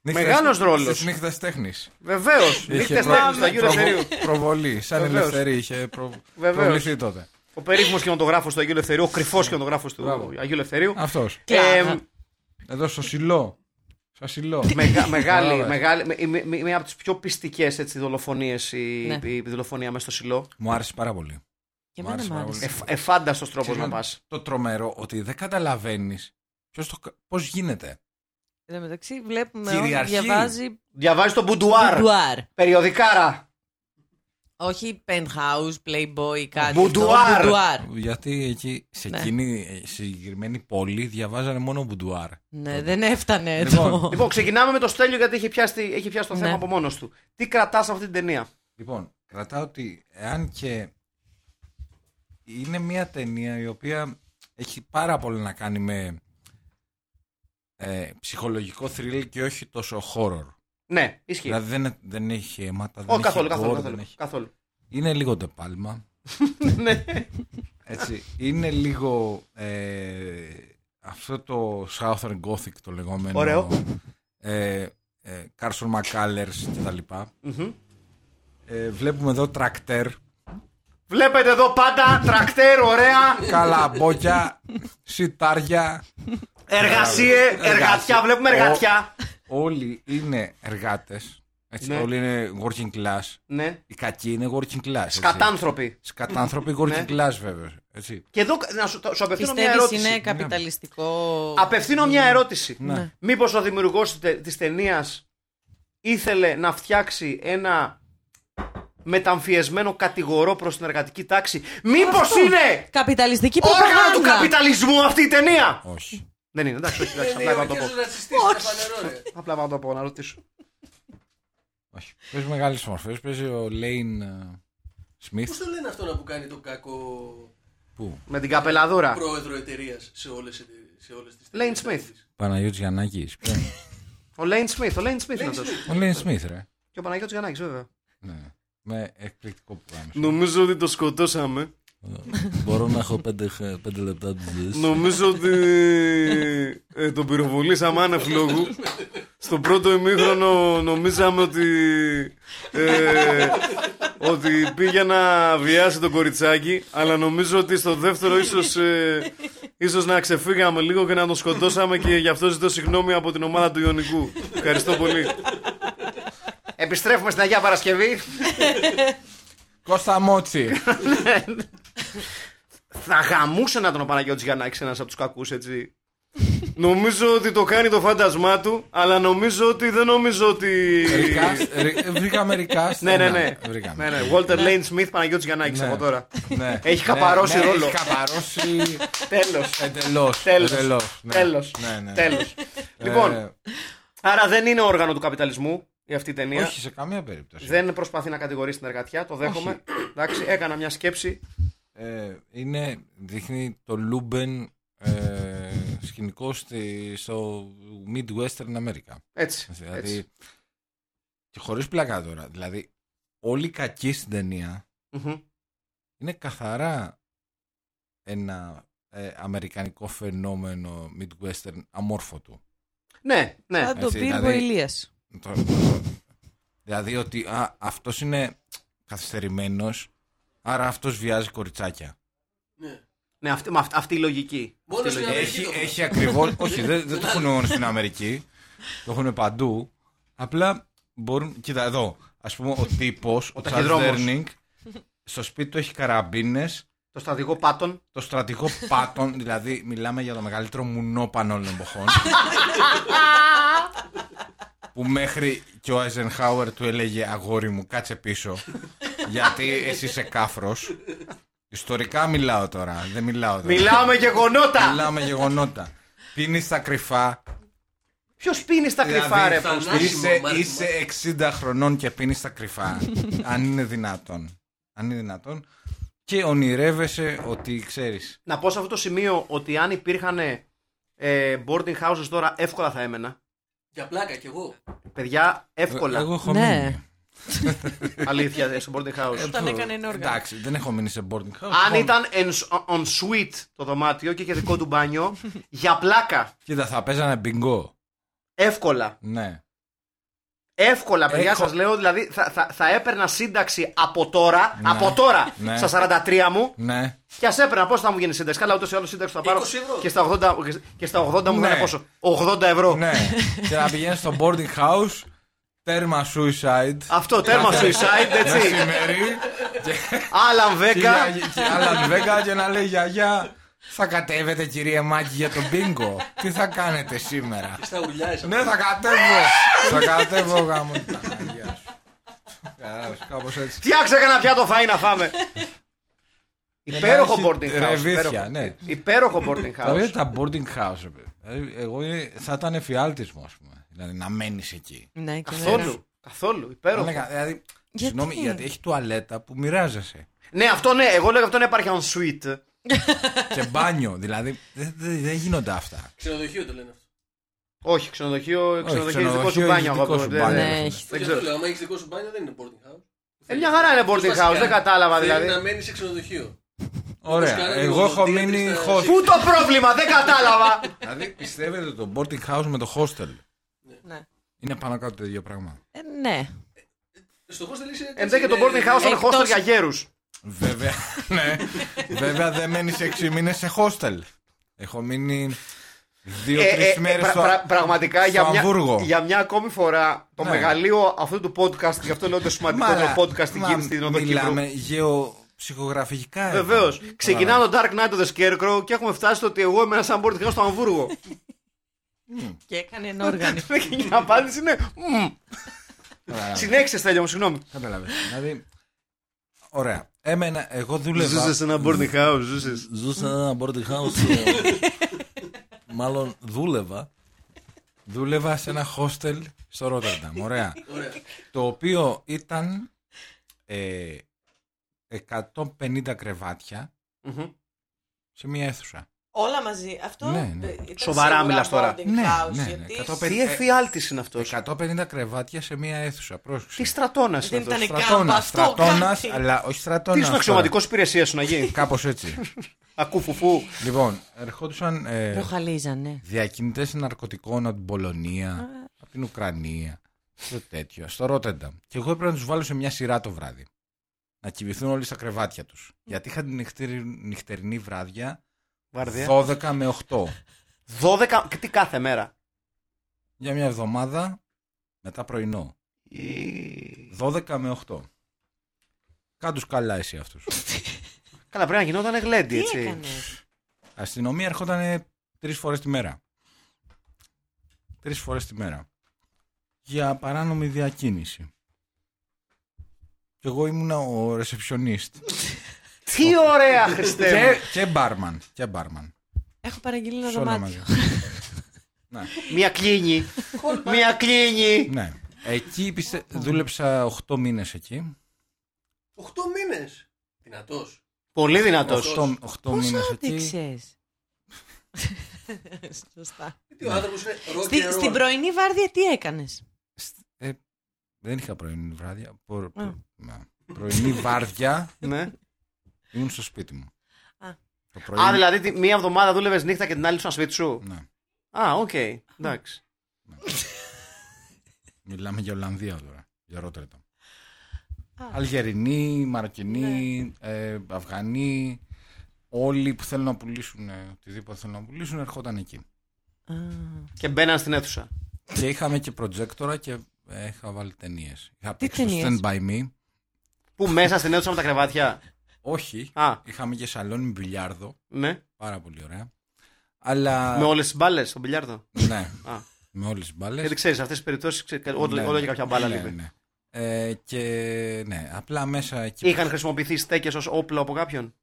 Speaker 3: Νύχτες-
Speaker 2: Μεγάλος ρόλος.
Speaker 3: Στις νύχτες τέχνης.
Speaker 2: Βεβαίως.
Speaker 3: Είχε
Speaker 2: Νύχτες
Speaker 3: προ-
Speaker 2: τέχνης του Αγίου
Speaker 3: προβο-
Speaker 2: Ελευθερίου.
Speaker 3: Προβολή. Σαν
Speaker 2: Βεβαίως.
Speaker 3: ελευθερή είχε προ...
Speaker 2: Βεβαίως.
Speaker 3: προβληθεί τότε.
Speaker 2: Ο περίφημος κινηματογράφος του Αγίου Ελευθερίου. Ο κρυφός κινηματογράφος του
Speaker 3: Ναι. Μπράβο.
Speaker 2: Αγίου Ελευθερίου.
Speaker 3: Αυτός.
Speaker 2: Ε,
Speaker 3: Εδώ στο σιλό. Στο σιλό.
Speaker 2: Μεγα, μεγάλη,
Speaker 3: Κατάλαβες.
Speaker 2: μεγάλη, με- με- με- μία από τις πιο πιστικές δολοφονίες η,
Speaker 4: Ναι.
Speaker 2: η, η δολοφονία μέσα στο σιλό.
Speaker 3: Μου άρεσε πάρα πολύ.
Speaker 4: Και
Speaker 3: Μ'
Speaker 4: εμένα
Speaker 3: άρεσε
Speaker 4: μου
Speaker 3: πάρα
Speaker 4: άρεσε.
Speaker 3: πολύ.
Speaker 2: Εφ, Εφάνταστος τρόπος
Speaker 3: Ξέρεις
Speaker 2: να
Speaker 3: να-
Speaker 2: πας.
Speaker 3: Το τρομερό ότι δεν καταλαβαίνεις πώς γίνεται.
Speaker 4: Εν τω μεταξύ βλέπουμε ότι
Speaker 3: Κυριαρχεί.
Speaker 4: διαβάζει
Speaker 2: Διαβάζει τον Μπουντουάρ.
Speaker 4: Μπουντουάρ.
Speaker 2: Περιοδικάρα.
Speaker 4: Όχι penthouse, playboy, κάτι.
Speaker 2: Μπουντουάρ.
Speaker 4: Το Μπουντουάρ.
Speaker 3: Γιατί εκεί σε
Speaker 4: Ναι.
Speaker 3: εκείνη ε, συγκεκριμένη πόλη διαβάζανε μόνο μπουντουάρ.
Speaker 4: Ναι, δεν έφτανε
Speaker 3: Λοιπόν.
Speaker 4: το.
Speaker 2: Λοιπόν, ξεκινάμε με το Στέλιο γιατί έχει πιάσει, έχει πιάσει το θέμα
Speaker 4: Ναι.
Speaker 2: από μόνος του. Τι κρατάς από αυτή την ταινία.
Speaker 3: Λοιπόν, κρατάω ότι εάν και είναι μια ταινία η οποία έχει πάρα πολύ να κάνει με ε, ψυχολογικό θρύλ και όχι τόσο horror.
Speaker 2: Ναι, ισχύει.
Speaker 3: Δηλαδή δεν, δεν έχει αίματα, δεν
Speaker 2: Ω,
Speaker 3: έχει
Speaker 2: καθόλου,
Speaker 3: gore,
Speaker 2: καθόλου.
Speaker 3: δεν
Speaker 2: καθόλου,
Speaker 3: έχει-
Speaker 2: καθόλου. [laughs]
Speaker 3: Είναι λίγο τεπάλμα.
Speaker 2: ναι.
Speaker 3: Έτσι, είναι λίγο ε, αυτό το Southern Gothic το λεγόμενο.
Speaker 2: Ωραίο.
Speaker 3: Ε, ε, Carson McCullers και τα λοιπά.
Speaker 2: Μμμ.
Speaker 3: Ε, βλέπουμε εδώ τρακτέρ,
Speaker 2: Βλέπετε εδώ πάντα τρακτέρ, ωραία.
Speaker 3: καλαμπόκια, σιτάρια.
Speaker 2: Εργασίε,
Speaker 3: Εργασία.
Speaker 2: εργατιά. Βλέπουμε
Speaker 3: Ο-
Speaker 2: εργατιά.
Speaker 3: Όλοι είναι εργάτες. Έτσι,
Speaker 2: Ναι.
Speaker 3: Όλοι είναι working class.
Speaker 2: Ναι.
Speaker 3: Οι κακοί είναι working class. έτσι.
Speaker 2: Σκατάνθρωποι.
Speaker 3: Σκατάνθρωποι
Speaker 2: Ναι.
Speaker 3: working class βέβαια. Έτσι.
Speaker 2: Και εδώ να σου, σου απευθύνω μια
Speaker 4: Πιστεύεις
Speaker 2: ερώτηση.
Speaker 4: είναι καπιταλιστικό.
Speaker 2: Απευθύνω μια ερώτηση.
Speaker 3: Ναι.
Speaker 2: Μήπως ο δημιουργός της ταινίας ήθελε να φτιάξει ένα μεταμφιεσμένο κατηγορό προς την εργατική τάξη. Μήπως
Speaker 4: Αυτό.
Speaker 2: είναι
Speaker 4: Καπιταλιστική
Speaker 2: όργανο του
Speaker 4: προπαγάνδα.
Speaker 2: καπιταλισμού αυτή η ταινία!
Speaker 3: Όχι.
Speaker 2: Δεν είναι, εντάξει, όχι, εντάξει,
Speaker 5: Είναι
Speaker 2: απλά είπα να το πω.
Speaker 5: νεοαρκέζος ε, ρατσιστής, είναι φανερό, ρε.
Speaker 2: Απλά είπα να το πω, να ρωτήσω.
Speaker 3: Όχι. Παίζει μεγάλε μορφέ. Παίζει ο Λέιν ε,
Speaker 5: Πώς
Speaker 3: Σμιθ.
Speaker 5: το λένε αυτόν που κάνει το κακό
Speaker 3: Πού?
Speaker 2: Με την καπελαδούρα.
Speaker 5: πρόεδρο εταιρείας σε όλες τις εταιρείες, σε όλες τις
Speaker 2: Lane
Speaker 5: εταιρείες.
Speaker 2: Smith.
Speaker 3: Παναγιώτης Γιαννάκης.
Speaker 2: Ο Λέιν Σμιθ, ο Λέιν Σμιθ είναι αυτός.
Speaker 3: ο Λέιν Σμιθ, ρε.
Speaker 2: Και ο Παναγιώτης Γιαννάκης βέβαια.
Speaker 3: Ναι. Με εκπληκτικό πρόγραμμα.
Speaker 2: Νομίζω ότι το σκοτώσαμε.
Speaker 6: Μπορώ να έχω πέντε, χε- πέντε λεπτά της ζωής.
Speaker 2: Νομίζω ότι ε, τον πυροβολήσαμε άνευ λόγου. Στον πρώτο ημίχρονο νομίζαμε ότι, ε, ότι πήγε να βιάσει τον κοριτσάκι, αλλά νομίζω ότι στο δεύτερο ίσως, ε, ίσως να ξεφύγαμε λίγο και να τον σκοτώσαμε και γι' αυτό ζητώ συγγνώμη από την ομάδα του Ιωνικού. Ευχαριστώ πολύ. Επιστρέφουμε στην Αγία Παρασκευή.
Speaker 3: Κώστα Μότσι.
Speaker 2: Θα γαμούσε να τον ο Παναγιώτης Γιαννάκης ένας από τους κακούς έτσι Νομίζω ότι το κάνει το φάντασμά του Αλλά νομίζω ότι δεν νομίζω ότι
Speaker 3: Recast, ρε, Βρήκαμε ρικάστ.
Speaker 2: Ναι ναι ναι
Speaker 3: Βρήκαμε.
Speaker 2: Ναι ναι Walter Lane Smith Παναγιώτης Γιαννάκης
Speaker 3: Ναι.
Speaker 2: από τώρα
Speaker 3: Ναι.
Speaker 2: Έχει καπαρώσει
Speaker 3: Ναι, ναι,
Speaker 2: ρόλο.
Speaker 3: Έχει καπαρώσει
Speaker 2: Τέλος
Speaker 3: εντελώς.
Speaker 2: Τέλος.
Speaker 3: Ναι.
Speaker 2: Τέλος.
Speaker 3: Ναι, ναι.
Speaker 2: Τέλος
Speaker 3: Ε,
Speaker 2: Λοιπόν Άρα δεν είναι όργανο του καπιταλισμού η αυτή η ταινία
Speaker 3: Όχι σε καμία περίπτωση.
Speaker 2: Δεν προσπαθεί να κατηγορήσει την εργατιά Το δέχομαι Εντάξει έκανα μια σκέψη
Speaker 3: Ε, είναι, δείχνει το Λούμπεν ε, σκηνικό στη, στο Midwestern America.
Speaker 2: Έτσι
Speaker 3: Δηλαδή,
Speaker 2: έτσι.
Speaker 3: και χωρίς πλακά τώρα. Δηλαδή, όλοι οι κακοί στην ταινία
Speaker 2: Μμμ.
Speaker 3: είναι καθαρά ένα ε, αμερικανικό φαινόμενο Midwestern αμόρφωτο.
Speaker 2: Ναι ναι
Speaker 4: Σαν τον
Speaker 3: Έτσι,
Speaker 4: Πύργο
Speaker 3: δηλαδή-
Speaker 4: Ηλίας.
Speaker 3: Το- δηλαδή ότι α, αυτός είναι καθυστερημένος, άρα αυτός βιάζει κοριτσάκια.
Speaker 5: Ναι.
Speaker 2: Ναι, αυτή, μα αυτή- αυτή η λογική.
Speaker 5: Μόνο
Speaker 2: Αυτή η
Speaker 5: στην
Speaker 2: λογική.
Speaker 5: Αμερική.
Speaker 3: Έχει,
Speaker 5: το
Speaker 3: έχει ακριβώς, όχι δεν, δεν το έχουν μόνο στην Αμερική, το έχουν παντού, απλά μπορούν, κοίτα εδώ, ας πούμε ο τύπος, ο Charles
Speaker 2: ταχυδρόμος.
Speaker 3: Durning, στο σπίτι του έχει καραμπίνες,
Speaker 2: Το στρατηγό πάτων.
Speaker 3: το στρατηγό πάτων, δηλαδή μιλάμε για το μεγαλύτερο μουνό πανόλων εποχών. που μέχρι και ο Eisenhower του έλεγε αγόρι μου κάτσε πίσω γιατί εσύ είσαι κάφρος ιστορικά μιλάω τώρα δεν μιλάω τώρα
Speaker 2: Μιλάω με γεγονότα.
Speaker 3: Ε. μιλάω με γεγονότα πίνεις τα κρυφά
Speaker 2: Ποιος πίνεις στα κρυφά, ρε
Speaker 3: δηλαδή,
Speaker 5: θα-
Speaker 2: Πούστη.
Speaker 5: Θανάσιμο,
Speaker 3: είσαι,
Speaker 5: μάλιστα.
Speaker 3: είσαι 60 χρονών και πίνεις τα κρυφά αν είναι δυνατόν αν είναι δυνατόν Και ονειρεύεσαι ότι ξέρεις
Speaker 2: Να πω σε αυτό το σημείο ότι αν υπήρχαν ε, boarding houses τώρα, εύκολα θα έμενα.
Speaker 5: Για πλάκα κι εγώ.
Speaker 2: Παιδιά, εύκολα.
Speaker 3: Ε, Εγώ έχω
Speaker 4: Ναι.
Speaker 3: μείνει.
Speaker 2: Αλήθεια, ε, στο boarding house.
Speaker 4: Όταν έκανε ενόργανο.
Speaker 3: Εντάξει, δεν έχω μείνει σε boarding house. Λοιπόν,
Speaker 2: αν
Speaker 3: Έχω-
Speaker 2: ήταν en, on suite το δωμάτιο και είχε δικό του μπάνιο, για πλάκα.
Speaker 3: Κοίτα, θα παίζανε μπιγκό.
Speaker 2: Εύκολα.
Speaker 3: Ναι.
Speaker 2: Εύκολα, παιδιά,
Speaker 3: Έχω-
Speaker 2: σας λέω. Δηλαδή, θα, θα, θα έπαιρνα σύνταξη από τώρα,
Speaker 3: Ναι.
Speaker 2: από τώρα,
Speaker 3: Ναι.
Speaker 2: στα 43 μου,
Speaker 3: Ναι.
Speaker 2: και ας έπαιρνα πώς θα μου γίνει σύνταξη. Καλά, ούτως ή άλλως σύνταξη θα πάρω.
Speaker 5: 20 ευρώ.
Speaker 2: Και στα 80, και στα 80 μου
Speaker 3: Ναι.
Speaker 2: ήταν πόσο. 80 ευρώ. [laughs]
Speaker 3: ναι. και να πηγαίνεις στο boarding house, τέρμα suicide.
Speaker 2: Αυτό, τέρμα
Speaker 3: Ναι.
Speaker 2: suicide, έτσι. Ε,
Speaker 3: Μεσημέρι.
Speaker 2: Άλλαν
Speaker 3: και
Speaker 2: Βέκα.
Speaker 3: για- και άλλα δέκα και να λέει γιαγιά. Θα κατέβετε κύριε Μάκη για τον μπίγκο. Τι θα κάνετε σήμερα.
Speaker 5: Στα
Speaker 2: [laughs]
Speaker 5: ουρλιά είσαι.
Speaker 3: ναι, θα κατέβω. θα κατέβω γάμο. την Παναγιά σου. Καλά, Κάπως έτσι.
Speaker 2: Φτιάξε κανένα πιάτο φαΐ να φάμε. Υπέροχο
Speaker 3: έχει
Speaker 2: boarding house.
Speaker 3: ρεβίθια,
Speaker 2: υπέροχο.
Speaker 3: ναι.
Speaker 2: Υπέροχο boarding
Speaker 3: Τα παιδιά
Speaker 2: house.
Speaker 3: τα boarding house, ρε παιδί. Δηλαδή, Εγώ είναι- θα ήταν εφιάλτη μου, ας πούμε. Δηλαδή να μένεις εκεί.
Speaker 4: Ναι, και βέβαια.
Speaker 2: Καθόλου. Καθόλου. Υπέροχο.
Speaker 3: Έλεγα, δηλαδή,
Speaker 4: Γιατί?
Speaker 3: Συγγνώμη, γιατί έχει τουαλέτα που μοιράζεσαι.
Speaker 2: Ναι, αυτό ναι. Εγώ λέω αυτό ναι υπάρχει on suite.
Speaker 3: και μπάνιο. [laughs] Δηλαδή δεν δε, δεν γίνονται αυτά.
Speaker 5: Ξενοδοχείο το λένε αυτό.
Speaker 2: Όχι, ξενοδοχείο, ξενοδοχείο είναι δικό σου
Speaker 3: ξενοδοχείο
Speaker 2: μπάνιο.
Speaker 3: έχει
Speaker 2: αγάπη
Speaker 3: δικό
Speaker 2: μου,
Speaker 3: σου
Speaker 2: ναι,
Speaker 3: μπάνιο.
Speaker 2: ναι.
Speaker 4: Ναι,
Speaker 3: ναι.
Speaker 4: έχει.
Speaker 2: Δεν
Speaker 5: Δεν
Speaker 2: ξέρω.
Speaker 5: ξέρω. Λέω, άμα έχεις δικό σου μπάνιο δεν είναι boarding house.
Speaker 2: Ε, μια χαρά είναι boarding house, δεν κατάλαβα
Speaker 5: Θέλει
Speaker 2: δηλαδή.
Speaker 5: να μένει σε ξενοδοχείο.
Speaker 3: Ωραία.
Speaker 5: κάνανε
Speaker 3: Εγώ
Speaker 5: λίγο
Speaker 3: έχω
Speaker 5: δίαιτη
Speaker 3: μείνει
Speaker 5: στα-
Speaker 3: hostel. [laughs]
Speaker 2: Πού το πρόβλημα, δεν κατάλαβα.
Speaker 4: [laughs]
Speaker 3: δηλαδή πιστεύετε το boarding house με το hostel.
Speaker 4: Ναι.
Speaker 3: Είναι πάνω κάτω το ίδιο πράγμα.
Speaker 4: Ε, ναι.
Speaker 5: Στο hostel είσαι. δηλαδή.
Speaker 2: Εν τω και Ε, το boarding house είναι
Speaker 4: Εκτός-
Speaker 2: hostel για γέρους.
Speaker 3: Βέβαια, [laughs] ναι. Βέβαια δεν μένει 6 μήνες σε hostel. Έχω μείνει
Speaker 2: Ε,
Speaker 3: 2-3 μέρε στο.
Speaker 2: Πραγματικά
Speaker 3: στο
Speaker 2: για μια,
Speaker 3: Αμβούργο.
Speaker 2: για μια ακόμη φορά το
Speaker 3: Ναι.
Speaker 2: μεγαλείο αυτού του podcast, γι' αυτό λέω το σημαντικό
Speaker 3: Μαλά,
Speaker 2: το podcast στην
Speaker 3: μα
Speaker 2: Κύπρο, στην Οδό Κύπρου.
Speaker 3: Μιλάμε Ναι, γεωψυχογραφικά. εδώ.
Speaker 2: Βεβαίως.
Speaker 3: Τώρα,
Speaker 2: Ξεκινά το Dark Knight of the Scarecrow και έχουμε φτάσει στο ότι εγώ είμαι ένα σαν boarding house στο Αμβούργο.
Speaker 3: [laughs]
Speaker 4: Και έκανε ενόργανο.
Speaker 2: Η απάντηση είναι. μμμ.
Speaker 3: Καλά,
Speaker 2: Συνέχισε, Στέλιο μου, συγγνώμη.
Speaker 3: Κατάλαβες. Δηλαδή. Ωραία. Έμενα, εγώ δούλευα.
Speaker 2: σε ένα boarding house, ζούσες.
Speaker 6: Ζούσα ένα boarding house.
Speaker 3: [laughs]
Speaker 6: ε, Μάλλον δούλευα.
Speaker 3: Δούλευα σε ένα hostel στο Ρότερνταμ. Ωραία.
Speaker 5: Ωραία.
Speaker 3: το οποίο ήταν ε, 150 κρεβάτια σε μία αίθουσα.
Speaker 4: Όλα μαζί. Αυτό.
Speaker 3: Ναι, ναι.
Speaker 4: ήταν
Speaker 2: Σοβαρά
Speaker 4: σίγουρα
Speaker 2: μιλάς τώρα.
Speaker 4: boarding
Speaker 3: Ναι,
Speaker 4: house,
Speaker 3: ναι, ναι,
Speaker 4: γιατί
Speaker 3: 150.
Speaker 2: Τι εφιάλτη είναι αυτός.
Speaker 3: Ε, 150 κρεβάτια σε μία αίθουσα.
Speaker 2: Τι
Speaker 3: Πρόσεξε.
Speaker 2: στρατόνα
Speaker 4: Δεν
Speaker 2: είναι αυτός.
Speaker 4: ήτανε-
Speaker 3: Στρατόνα,
Speaker 4: αυτό,
Speaker 3: στρατόνα,
Speaker 4: κάτι.
Speaker 3: αλλά όχι στρατόνα.
Speaker 2: Τι είναι αξιωματικός υπηρεσίας σου να
Speaker 3: [laughs]
Speaker 2: γίνει.
Speaker 3: Κάπως έτσι.
Speaker 2: Ακούφουφού.
Speaker 3: λοιπόν, ερχόντουσαν ε,
Speaker 4: Προχαλίζανε.
Speaker 3: διακινητές ναρκωτικών από την Πολωνία, από την Ουκρανία, στο τέτοιο, στο Ρότερνταμ. Και εγώ έπρεπε να τους βάλω σε μια σειρά το βράδυ. Να κοιμηθούν όλοι στα κρεβάτια τους. Γιατί είχα την νυχτερι- νυχτερινή βράδια
Speaker 2: Βαρδία.
Speaker 3: 12 με 8.
Speaker 2: 12. Τι κάθε μέρα.
Speaker 3: για μια εβδομάδα μετά πρωινό. 12 με 8. Κάντους καλά εσύ αυτούς.
Speaker 2: Καλά, πρέπει να γινόταν γλέντι,
Speaker 4: Τι
Speaker 2: έτσι.
Speaker 4: έκανες.
Speaker 3: Αστυνομία ερχόταν τρεις φορές τη μέρα. Τρεις φορές τη μέρα. Για παράνομη διακίνηση. Και εγώ ήμουνα ο ρεσεψιονίστ.
Speaker 2: Τι ωραία, Χριστέ.
Speaker 3: και,
Speaker 2: μου.
Speaker 3: και μπάρμαν. Και μπάρμαν.
Speaker 4: Έχω παραγγείλει ένα
Speaker 3: Σε όλα
Speaker 4: δωμάτιο.
Speaker 3: μαζί.
Speaker 2: Μία κλίνη. Μία κλίνη.
Speaker 3: ναι. Εκεί πιστε...
Speaker 4: Ναι.
Speaker 3: δούλεψα 8 μήνες εκεί.
Speaker 5: 8 μήνες. Δυνατός.
Speaker 2: Πολύ δυνατός.
Speaker 3: 8, 8
Speaker 4: Πώς
Speaker 3: μήνες εκεί.
Speaker 4: άντεξες. [laughs] Σωστά.
Speaker 5: Γιατί ο
Speaker 2: Ναι.
Speaker 5: άνθρωπος είναι rock
Speaker 4: Στη-
Speaker 5: and
Speaker 4: στην
Speaker 5: roll.
Speaker 4: πρωινή βάρδια τι έκανες.
Speaker 3: Σ- ε, δεν είχα πρωινή βράδια. Προ-
Speaker 4: Α.
Speaker 3: μα, πρωινή βάρδια
Speaker 2: Ναι.
Speaker 3: ήμουν στο σπίτι μου.
Speaker 4: Α.
Speaker 3: Το πρωί.
Speaker 2: Α, δηλαδή τη- μία εβδομάδα δούλευες νύχτα και την άλλη ήσουν σπίτι σου.
Speaker 3: Ναι,
Speaker 2: Α, οκ. Εντάξει.
Speaker 3: μιλάμε για Ολλανδία τώρα. Για Ρότερνταμ. Αλγερινοί, Μαροκινοί,
Speaker 4: Ναι.
Speaker 3: ε, Αφγανοί. Όλοι που θέλουν να πουλήσουν ε, οτιδήποτε θέλουν να πουλήσουν ερχόταν εκεί.
Speaker 2: Και μπαίναν στην αίθουσα.
Speaker 3: και είχαμε και προτζέκτορα και ε, είχα βάλει ταινίες. Είχα
Speaker 4: Τι
Speaker 3: παίξει το
Speaker 4: ταινίες?
Speaker 3: Stand By Me.
Speaker 2: Πού μέσα στην αίθουσα με τα κρεβάτια.
Speaker 3: Όχι.
Speaker 2: Α,
Speaker 3: Είχαμε και σαλόνι μπιλιάρδο.
Speaker 2: ναι.
Speaker 3: Πάρα πολύ ωραία. Αλλά.
Speaker 2: Με όλες τις μπάλες στον πιλιάρδο.
Speaker 3: Ναι.
Speaker 2: Α.
Speaker 3: με όλες τις μπάλες.
Speaker 2: Γιατί ξέρεις, αυτές τις περιπτώσεις
Speaker 3: Ναι,
Speaker 2: όλο και κάποια μπάλα
Speaker 3: ναι,
Speaker 2: λείπει.
Speaker 3: ναι. Ε, και ναι, απλά μέσα εκεί.
Speaker 2: Είχαν χρησιμοποιηθεί στέκες ως όπλο από κάποιον.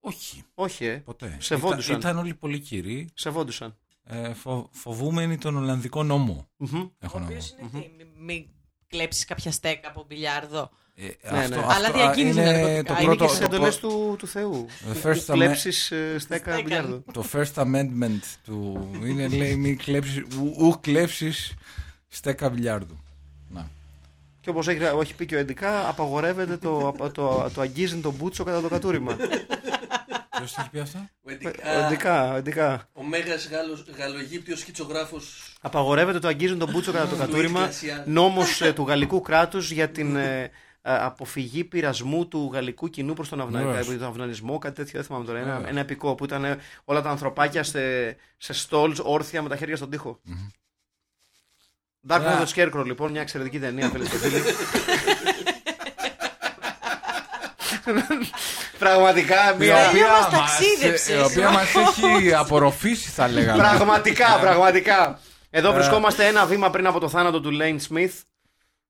Speaker 3: Όχι,
Speaker 2: Όχι, ε.
Speaker 3: ποτέ.
Speaker 2: Σεβόντουσαν.
Speaker 3: Ήταν, ήταν όλοι πολύ κυρίοι.
Speaker 2: Σεβόντουσαν.
Speaker 3: Ε, φο- φοβούμενοι τον Ολλανδικό νόμο.
Speaker 2: Μμμ.
Speaker 3: Έχω να πω.
Speaker 4: Ναι, είναι τι, μην κλέψεις κάποια στέκα από μπιλιάρδο.
Speaker 3: Ε,
Speaker 2: ναι.
Speaker 3: αυτό,
Speaker 2: Αλλά
Speaker 3: αυτό, α,
Speaker 4: διακίνηση
Speaker 3: είναι
Speaker 4: ναρκωτικά.
Speaker 3: το
Speaker 4: Είναι
Speaker 2: Είναι
Speaker 3: πρώτο.
Speaker 2: και στι
Speaker 3: το
Speaker 2: εντολές
Speaker 3: πρω-
Speaker 2: του, του Θεού. ε,
Speaker 3: The first
Speaker 2: Κλέψει στέκα
Speaker 4: Στέκα.
Speaker 2: μπιλιάρδο.
Speaker 3: Το First Amendment του είναι λέει μη κλέψεις, ου, ου κλέψεις στέκα μπιλιάρδου. Να.
Speaker 2: Και όπως έχει, έχει πει και ο Εντικά, απαγορεύεται το, το, το, το αγγίζιν τον μπούτσο κατά το κατούριμα.
Speaker 3: Ποιος έχει πει αυτό?
Speaker 5: Ο
Speaker 2: Ο
Speaker 5: Εντικά,
Speaker 2: Εντικά, ο Εντικά.
Speaker 5: ο μέγας Γαλλογύπτιο σκητσογράφος.
Speaker 2: Απαγορεύεται το αγγίζιν τον μπούτσο κατά το κατούριμα.
Speaker 5: Εκκλησία.
Speaker 2: Νόμος του γαλλικού κράτους για την ε, ε, αποφυγή πειρασμού του γαλλικού κοινού προς τον, αυνα...
Speaker 3: Βεβαίως.
Speaker 2: τον αυνανισμό, κάτι τέτοιο. Δεν θυμάμαι τώρα. Ένα,
Speaker 3: Βεβαίως.
Speaker 2: ένα επικό που ήταν ε, όλα τα ανθρωπάκια σε, σε stalls όρθια με τα χέρια στον τοίχο. Dark Knight
Speaker 3: Ωραία.
Speaker 2: of the Scarecrow, λοιπόν, μια εξαιρετική ταινία, [laughs] φίλε και φίλοι. Πραγματικά, μια.
Speaker 4: οποία
Speaker 2: μια-
Speaker 4: μας ταξίδεψε,
Speaker 3: Η οποία μας έχει απορροφήσει θα λέγαμε.
Speaker 2: Πραγματικά, πραγματικά.
Speaker 3: Ε.
Speaker 2: Εδώ βρισκόμαστε ένα βήμα πριν από το θάνατο του Λέιν Σμιθ,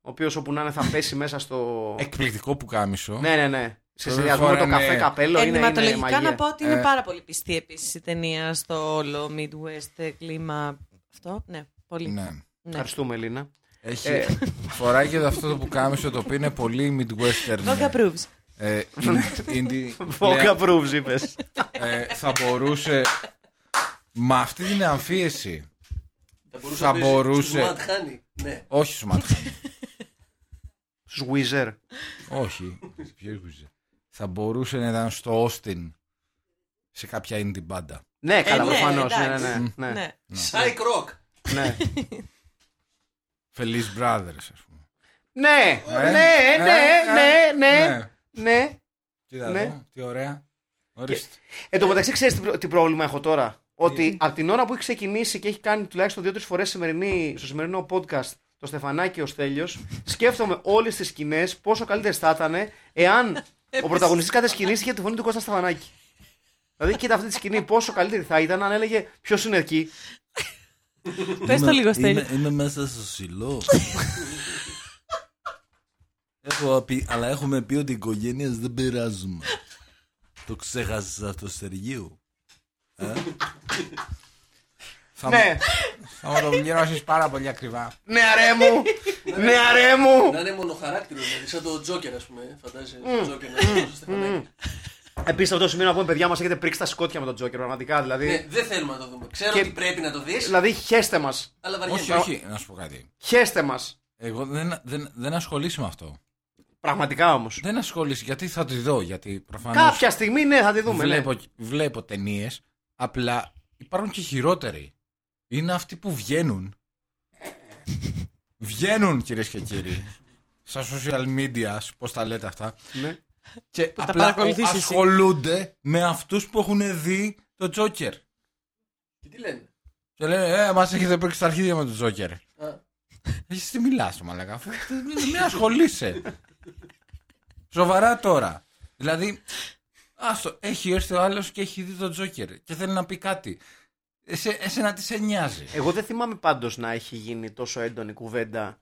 Speaker 2: ο οποίος όπου να είναι θα πέσει μέσα στο.
Speaker 3: Ε, Εκπληκτικό που κάμισο.
Speaker 2: Ναι, ναι, ναι. Σε
Speaker 3: Πρώτη
Speaker 2: συνδυασμό με
Speaker 3: φορά
Speaker 2: το
Speaker 3: είναι-
Speaker 2: καφέ καπέλο είναι, είναι
Speaker 4: Ενδυματολογικά
Speaker 2: μαγεία.
Speaker 4: να πω ότι είναι
Speaker 3: Ε.
Speaker 4: πάρα πολύ πιστή επίσης η ταινία στο όλο Midwest ε, κλίμα. Αυτό, ναι, πολύ.
Speaker 3: Ναι.
Speaker 4: Ναι.
Speaker 2: Ευχαριστούμε, Ελίνα.
Speaker 3: Έχει,
Speaker 2: Ε.
Speaker 3: φοράει και αυτό το πουκάμισο το οποίο είναι πολύ midwestern.
Speaker 4: Vogue approves.
Speaker 3: Ε, είναι- indie
Speaker 2: Φόγκα
Speaker 3: player.
Speaker 2: προύβ, είπες.
Speaker 3: Ε, θα μπορούσε. Με αυτή την αμφίεση. Θα μπορούσε.
Speaker 5: Μαντ χάνει. Ναι.
Speaker 3: Όχι σου μάτια.
Speaker 2: Σουίζερ.
Speaker 3: Όχι. Ποιος άκουσε. Θα μπορούσε να ήταν στο Όστιν σε κάποια indie μπάντα.
Speaker 2: Ναι, καλά,
Speaker 4: ναι,
Speaker 2: προφανώς. Ναι,
Speaker 4: εντάξει.
Speaker 2: ναι, ναι. ναι.
Speaker 4: Ναι.
Speaker 5: Σάικ ροκ.
Speaker 2: ναι.
Speaker 3: Feliz Brothers, ας πούμε.
Speaker 2: Ναι,
Speaker 3: Ε,
Speaker 2: ναι,
Speaker 3: ε,
Speaker 2: ναι, ναι,
Speaker 3: ε,
Speaker 2: ναι, ναι.
Speaker 3: Κοίτα
Speaker 2: Ναι.
Speaker 3: εδώ, τι ωραία. Ορίστε.
Speaker 2: Εν τω μεταξύ, ξέρεις τι, προ- τι πρόβλημα έχω τώρα. Ότι από την ώρα που έχει ξεκινήσει και έχει κάνει τουλάχιστον δύο-τρει φορές στο σημερινό podcast το Στεφανάκι ο Στέλιος σκέφτομαι όλες τις σκηνές πόσο καλύτερες θα ήταν εάν ο πρωταγωνιστής κάθε σκηνής είχε τη φωνή του Κώστα Στεφανάκη. Δηλαδή, κοίτα αυτή τη σκηνή πόσο καλύτερη θα ήταν αν έλεγε ποιος είναι εκεί.
Speaker 4: Πες το
Speaker 6: Είμαι-
Speaker 4: λίγο, Στέλιο.
Speaker 6: είμαι- Είμαι μέσα στο
Speaker 3: [laughs]
Speaker 6: σιλό. Έχω πει, αλλά έχουμε πει ότι οι οικογένειες δεν πειράζουν. Το ξέχασες αυτό το Ε? Σεργίου.
Speaker 3: Θα,
Speaker 2: ναι,
Speaker 3: θα μου το πληρώσεις πάρα πολύ ακριβά.
Speaker 2: ναι, αρέ μου! ναι, αρέ
Speaker 5: Να
Speaker 2: μου!
Speaker 5: είναι μονοχαράκτηρο, δηλαδή σαν το Τζόκερ, ας πούμε. ε. Φαντάζεσαι. το Τζόκερ να είναι ο Στεφανάκης.
Speaker 2: Επίσης, αυτό το σημείο να πούμε, παιδιά μας έχετε πρίξει τα σκότια με τον Τζόκερ, πραγματικά. Δηλαδή,
Speaker 5: Ναι, δεν θέλουμε να το δούμε. Ξέρω
Speaker 2: Και-
Speaker 5: ότι πρέπει να το δεις,
Speaker 2: δηλαδή χέστε μας.
Speaker 5: αλλά
Speaker 3: όχι,
Speaker 5: βαριέμαι.
Speaker 3: όχι, να σου πω κάτι.
Speaker 2: Χέστε μας.
Speaker 3: Εγώ δεν, δεν, δεν ασχολείσαι με αυτό.
Speaker 2: Πραγματικά όμως.
Speaker 3: Δεν ασχολείσαι γιατί θα τη δω. Γιατί προφανώς
Speaker 2: Κάποια στιγμή, ναι, θα τη δούμε. ναι.
Speaker 3: βλέπω, βλέπω ταινίες. Απλά υπάρχουν και χειρότεροι. Είναι αυτοί που βγαίνουν. βγαίνουν κυρίες και κύριοι. Στα social media, πώς τα λέτε αυτά.
Speaker 2: Ναι.
Speaker 3: Και
Speaker 4: τα
Speaker 3: απλά
Speaker 4: παρακολουθείς εσύ.
Speaker 3: ασχολούνται με αυτούς που έχουν δει το Τζόκερ.
Speaker 5: Και τι λένε.
Speaker 3: Και λένε, Ε, μας έχετε πρίξει τα αρχίδια με τον Τζόκερ.
Speaker 5: Α,
Speaker 3: Εσύ τι μιλάς, μαλακά. αφού- Μην ασχολείσαι. Σοβαρά τώρα. Δηλαδή, άστο, έχει έρθει ο άλλος και έχει δει τον Τζόκερ και θέλει να πει κάτι. Εσέ, εσένα τι σε νοιάζει.
Speaker 2: Εγώ δεν θυμάμαι πάντως να έχει γίνει τόσο έντονη κουβέντα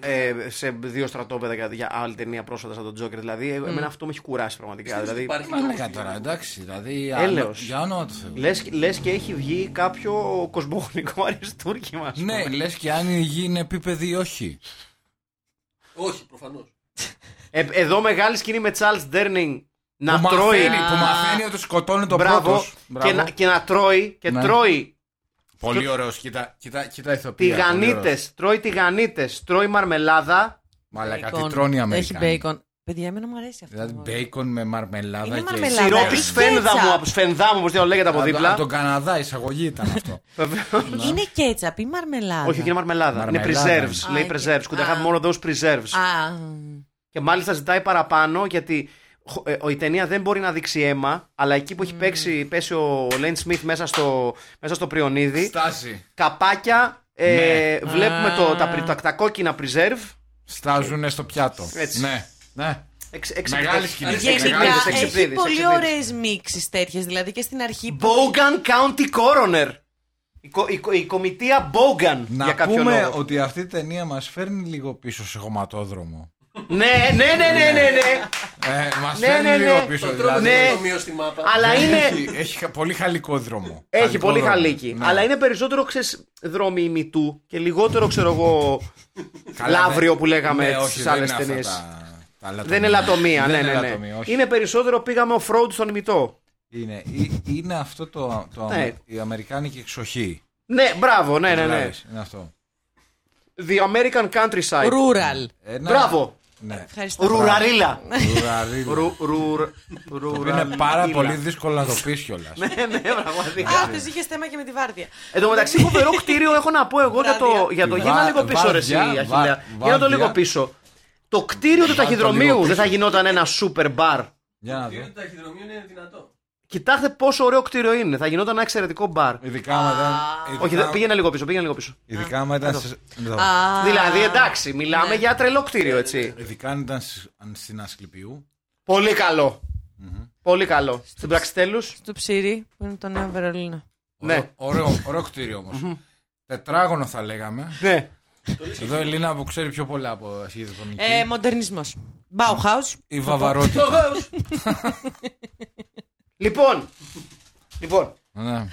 Speaker 2: ε, σε δύο στρατόπεδα για, για άλλη ταινία πρόσφατα σαν τον Τζόκερ. Δηλαδή, ε, εμένα αυτό με έχει κουράσει πραγματικά. Δηλαδή,
Speaker 5: Υπάρχει το
Speaker 3: Μαλακά τώρα, εντάξει. Δηλαδή, άλλο-
Speaker 2: Έλεος.
Speaker 3: για όνομα του Θεού.
Speaker 2: λες, λες και έχει βγει κάποιο κοσμογονικό [laughs] αριστούργημα. ας πούμε.
Speaker 3: Ναι, λες και αν η γη είναι επίπεδη ή όχι.
Speaker 5: Όχι, προφανώς.
Speaker 2: Ε, εδώ μεγάλη σκηνή με Charles Ντέρνινγκ να
Speaker 3: που
Speaker 2: τρώει.
Speaker 3: μαθαίνει, που μαθαίνει ότι σκοτώνει τον
Speaker 2: Μπράβο,
Speaker 3: πρώτος.
Speaker 2: και να, και να τρώει και
Speaker 3: Ναι.
Speaker 2: τρώει
Speaker 3: Πολύ ωραίος. Κοίτα, κοίτα, κοίτα ηθοποιία. πολύ
Speaker 2: τηγανίτες,
Speaker 3: ωραίος.
Speaker 2: τρώει τηγανίτες, τρώει μαρμελάδα.
Speaker 3: Μαλακά, τι
Speaker 4: Bacon.
Speaker 3: τρώνε οι
Speaker 4: Λοιπόν, Έχει
Speaker 3: Αμερικάνοι.
Speaker 4: bacon. Παιδιά, εμένα μου αρέσει αυτό.
Speaker 3: Δηλαδή,
Speaker 4: το μωρό.
Speaker 3: μπέικον με μαρμελάδα
Speaker 4: Είναι
Speaker 3: και
Speaker 4: μαρμελάδα. Λαδάκι.
Speaker 2: Σιρόπι σφένδα μου, από σφενδά μου, όπω το λέγεται από
Speaker 3: Από-
Speaker 2: δίπλα.
Speaker 3: Από τον Καναδά, εισαγωγή ήταν
Speaker 2: [laughs]
Speaker 3: αυτό.
Speaker 4: Ε,
Speaker 3: ε.
Speaker 4: Είναι κέτσαπ ή μαρμελάδα.
Speaker 2: Όχι, είναι μαρμελάδα. Είναι
Speaker 3: Μαρμελάδα
Speaker 2: preserves.
Speaker 4: είναι.
Speaker 2: λέει
Speaker 4: Α,
Speaker 2: preserves.
Speaker 4: και-
Speaker 2: Could I have
Speaker 4: α.
Speaker 2: more of those preserves.
Speaker 4: Α,
Speaker 2: Και μάλιστα ζητάει παραπάνω γιατί χο- ε, ο- η ταινία δεν μπορεί να δείξει αίμα, αλλά εκεί που έχει παίξει, πέσει ο Λέιν Σμιθ μέσα στο, μέσα στο πριονίδι,
Speaker 3: Στάση.
Speaker 2: καπάκια. ε,
Speaker 3: Ναι.
Speaker 2: Βλέπουμε
Speaker 4: Α.
Speaker 2: το, τα, πρι- τα, τα κόκκινα preserve.
Speaker 3: Στάζουν στο πιάτο.
Speaker 2: Έτσι.
Speaker 3: Ναι. ναι.
Speaker 2: Εξ, εξ,
Speaker 3: Μεγάλη σκηνή.
Speaker 4: γενικά
Speaker 3: Εξυπνίδης,
Speaker 4: έχει πολύ ωραίες μίξεις τέτοιες. Δηλαδή και στην αρχή.
Speaker 2: Bogan County Coroner. Η, κο- η, κο- η κομιτεία Bogan για
Speaker 3: Να
Speaker 2: κάποιο
Speaker 3: πούμε
Speaker 2: λόγο.
Speaker 3: ότι αυτή η ταινία μας φέρνει λίγο πίσω σε χωματόδρομο.
Speaker 2: Ναι, ναι, ναι, ναι, ναι, ναι.
Speaker 3: Ε, μας
Speaker 2: Ναι,
Speaker 3: φέρνει
Speaker 2: ναι, ναι.
Speaker 3: λίγο
Speaker 5: Το
Speaker 3: πίσω.
Speaker 5: τρώμε
Speaker 3: δηλαδή.
Speaker 2: Ναι.
Speaker 5: το ομοίω στη μάπα. Ναι.
Speaker 2: Αλλά είναι,
Speaker 3: Ναι, Έχει, έχει χα- πολύ χαλικό δρόμο.
Speaker 2: Έχει πολύ
Speaker 3: δρόμο.
Speaker 2: χαλίκι.
Speaker 3: Ναι.
Speaker 2: Αλλά είναι περισσότερο ξέρεις, δρόμοι ημιτού και λιγότερο ξέρω εγώ
Speaker 3: Καλά,
Speaker 2: λαύριο
Speaker 3: δεν-
Speaker 2: που λέγαμε
Speaker 3: ναι, όχι,
Speaker 2: στις
Speaker 3: δεν
Speaker 2: άλλε
Speaker 3: είναι αυτά
Speaker 2: ταινίες.
Speaker 3: τα-
Speaker 2: Δεν είναι λατομία.
Speaker 3: Δεν
Speaker 2: ναι,
Speaker 3: είναι
Speaker 2: ναι, ναι.
Speaker 3: λατομία, όχι.
Speaker 2: Είναι περισσότερο πήγαμε off-road στον ημιτό.
Speaker 3: Είναι, ε- είναι αυτό το, το
Speaker 2: Ναι.
Speaker 3: αμε- η αμερικάνικη εξοχή.
Speaker 2: Ναι, μπράβο, ναι, ναι, ναι.
Speaker 3: Καταλάβεις, Είναι αυτό.
Speaker 2: The American countryside.
Speaker 4: Rural.
Speaker 3: Ένα-
Speaker 2: Μπράβο.
Speaker 3: Ναι.
Speaker 4: Ευχαριστώ.
Speaker 2: Ρουραρίλα.
Speaker 3: Ρουραρίλα.
Speaker 2: Ρου- ρουρ-
Speaker 3: Το οποίο
Speaker 2: ρουραρίλα.
Speaker 3: είναι πάρα πολύ δύσκολο να το πεις κιόλας.
Speaker 2: Ναι, ναι, πραγματικά.
Speaker 4: Α, τους είχε θέμα και με τη βάρδια.
Speaker 3: Ε,
Speaker 2: Εν τω μεταξύ, φοβερό κτίριο έχω να πω εγώ για το.
Speaker 4: Βράδια.
Speaker 2: Για το
Speaker 3: Βα-
Speaker 2: γίνα λίγο πίσω, ρε εσύ,
Speaker 3: βάρδια,
Speaker 2: Αχιλέα.
Speaker 3: βα-
Speaker 2: Γίνα το
Speaker 3: βάρδια.
Speaker 2: λίγο πίσω. Το κτίριο του ταχυδρομείου
Speaker 3: λίγο
Speaker 2: δεν θα
Speaker 3: πίσω.
Speaker 2: γινόταν ένα super bar.
Speaker 3: Για να
Speaker 5: Διότι
Speaker 3: δω.
Speaker 5: το ταχυδρομείο είναι δυνατό.
Speaker 2: Κοιτάξτε πόσο ωραίο κτίριο είναι. Θα γινόταν ένα εξαιρετικό bar.
Speaker 3: Ειδικά άμα ήταν.
Speaker 2: Όχι,
Speaker 3: ειδικά-
Speaker 2: δεν- πήγαινε λίγο πίσω, πήγαινε λίγο πίσω.
Speaker 3: Ειδικά άμα ήταν. σε- εδώ.
Speaker 4: Α, Ναι.
Speaker 2: Δηλαδή, εντάξει, μιλάμε για τρελό κτίριο, έτσι.
Speaker 3: Ειδικά αν ήταν σ- αν στην Ασκληπιού.
Speaker 2: Πολύ καλό. Πολύ καλό. Στην πράξη τέλου.
Speaker 4: Στο ψήρι που είναι το νέο Βερολίνο.
Speaker 2: Ναι.
Speaker 3: Ωραίο, ωραίο κτίριο όμως. Τετράγωνο θα λέγαμε.
Speaker 2: Ναι.
Speaker 3: Εδώ η Ελίνα που ξέρει πιο πολλά από αρχιτεκτονική.
Speaker 4: Ε, Μοντερνισμός. Bauhaus.
Speaker 3: Η βαβαρότητα.
Speaker 2: Λοιπόν. Λοιπόν.
Speaker 3: Ναι.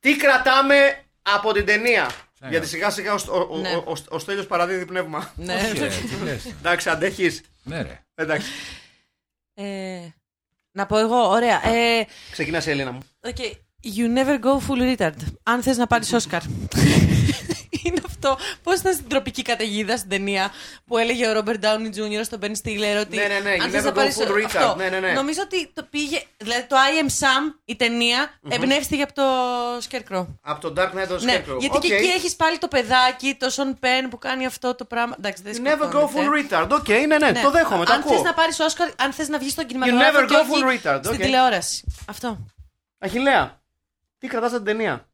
Speaker 2: Τι κρατάμε από την ταινία.
Speaker 3: Τσέκα.
Speaker 2: Γιατί σιγά σιγά ο, ο, ο,
Speaker 4: Ναι.
Speaker 2: ο, ο Στέλιος παραδίδει
Speaker 4: [laughs]
Speaker 2: πνεύμα.
Speaker 4: Ναι.
Speaker 3: Ε, τι λες.
Speaker 2: Εντάξει, αντέχεις.
Speaker 3: Ναι, ρε.
Speaker 2: Εντάξει.
Speaker 4: Ε, να πω εγώ, ωραία. Ε,
Speaker 2: Ξεκινάς η Ελίνα μου.
Speaker 4: okay. You never go full retard. Αν θες να
Speaker 2: [laughs]
Speaker 4: πάρεις Όσκαρ. είναι αυτό. Πώς ήταν στην τροπική καταιγίδα στην ταινία που έλεγε ο Ρόμπερτ Ντάουνι Τζούνιο στον Μπεν Στήλερ ότι.
Speaker 2: Ναι, ναι, ναι,
Speaker 4: Αν
Speaker 2: you
Speaker 4: θες
Speaker 2: never
Speaker 4: να
Speaker 2: go
Speaker 4: πάρεις
Speaker 2: full retard.
Speaker 4: αυτό.
Speaker 2: Ναι, ναι, ναι.
Speaker 4: Νομίζω ότι το πήγε. Δηλαδή το I am Sam, η ταινια εμπνεύστηκε από το Scarecrow.
Speaker 2: Από τον Dark Knight of the
Speaker 4: Ναι,
Speaker 2: Scarecrow.
Speaker 4: γιατί και
Speaker 2: Οκ.
Speaker 4: εκεί έχεις πάλι το παιδάκι, το Σον Πεν που κάνει αυτό το πράγμα. Εντάξει, δεν
Speaker 2: You never go
Speaker 4: σκοτώνεται.
Speaker 2: full retard. Οκ, ναι, ναι,
Speaker 4: Ναι.
Speaker 2: το δέχομαι. Το
Speaker 4: αν
Speaker 2: ακούω.
Speaker 4: θες να πάρεις Όσκαρ, αν θες να βγεις στον
Speaker 2: You never
Speaker 4: κινηματογράφο.
Speaker 2: go
Speaker 4: και
Speaker 2: full
Speaker 4: όχι
Speaker 2: retard,
Speaker 4: Στην
Speaker 2: okay.
Speaker 4: τηλεόραση. Αυτό.
Speaker 2: Αχιλέα, τι κρατάς την ταινία.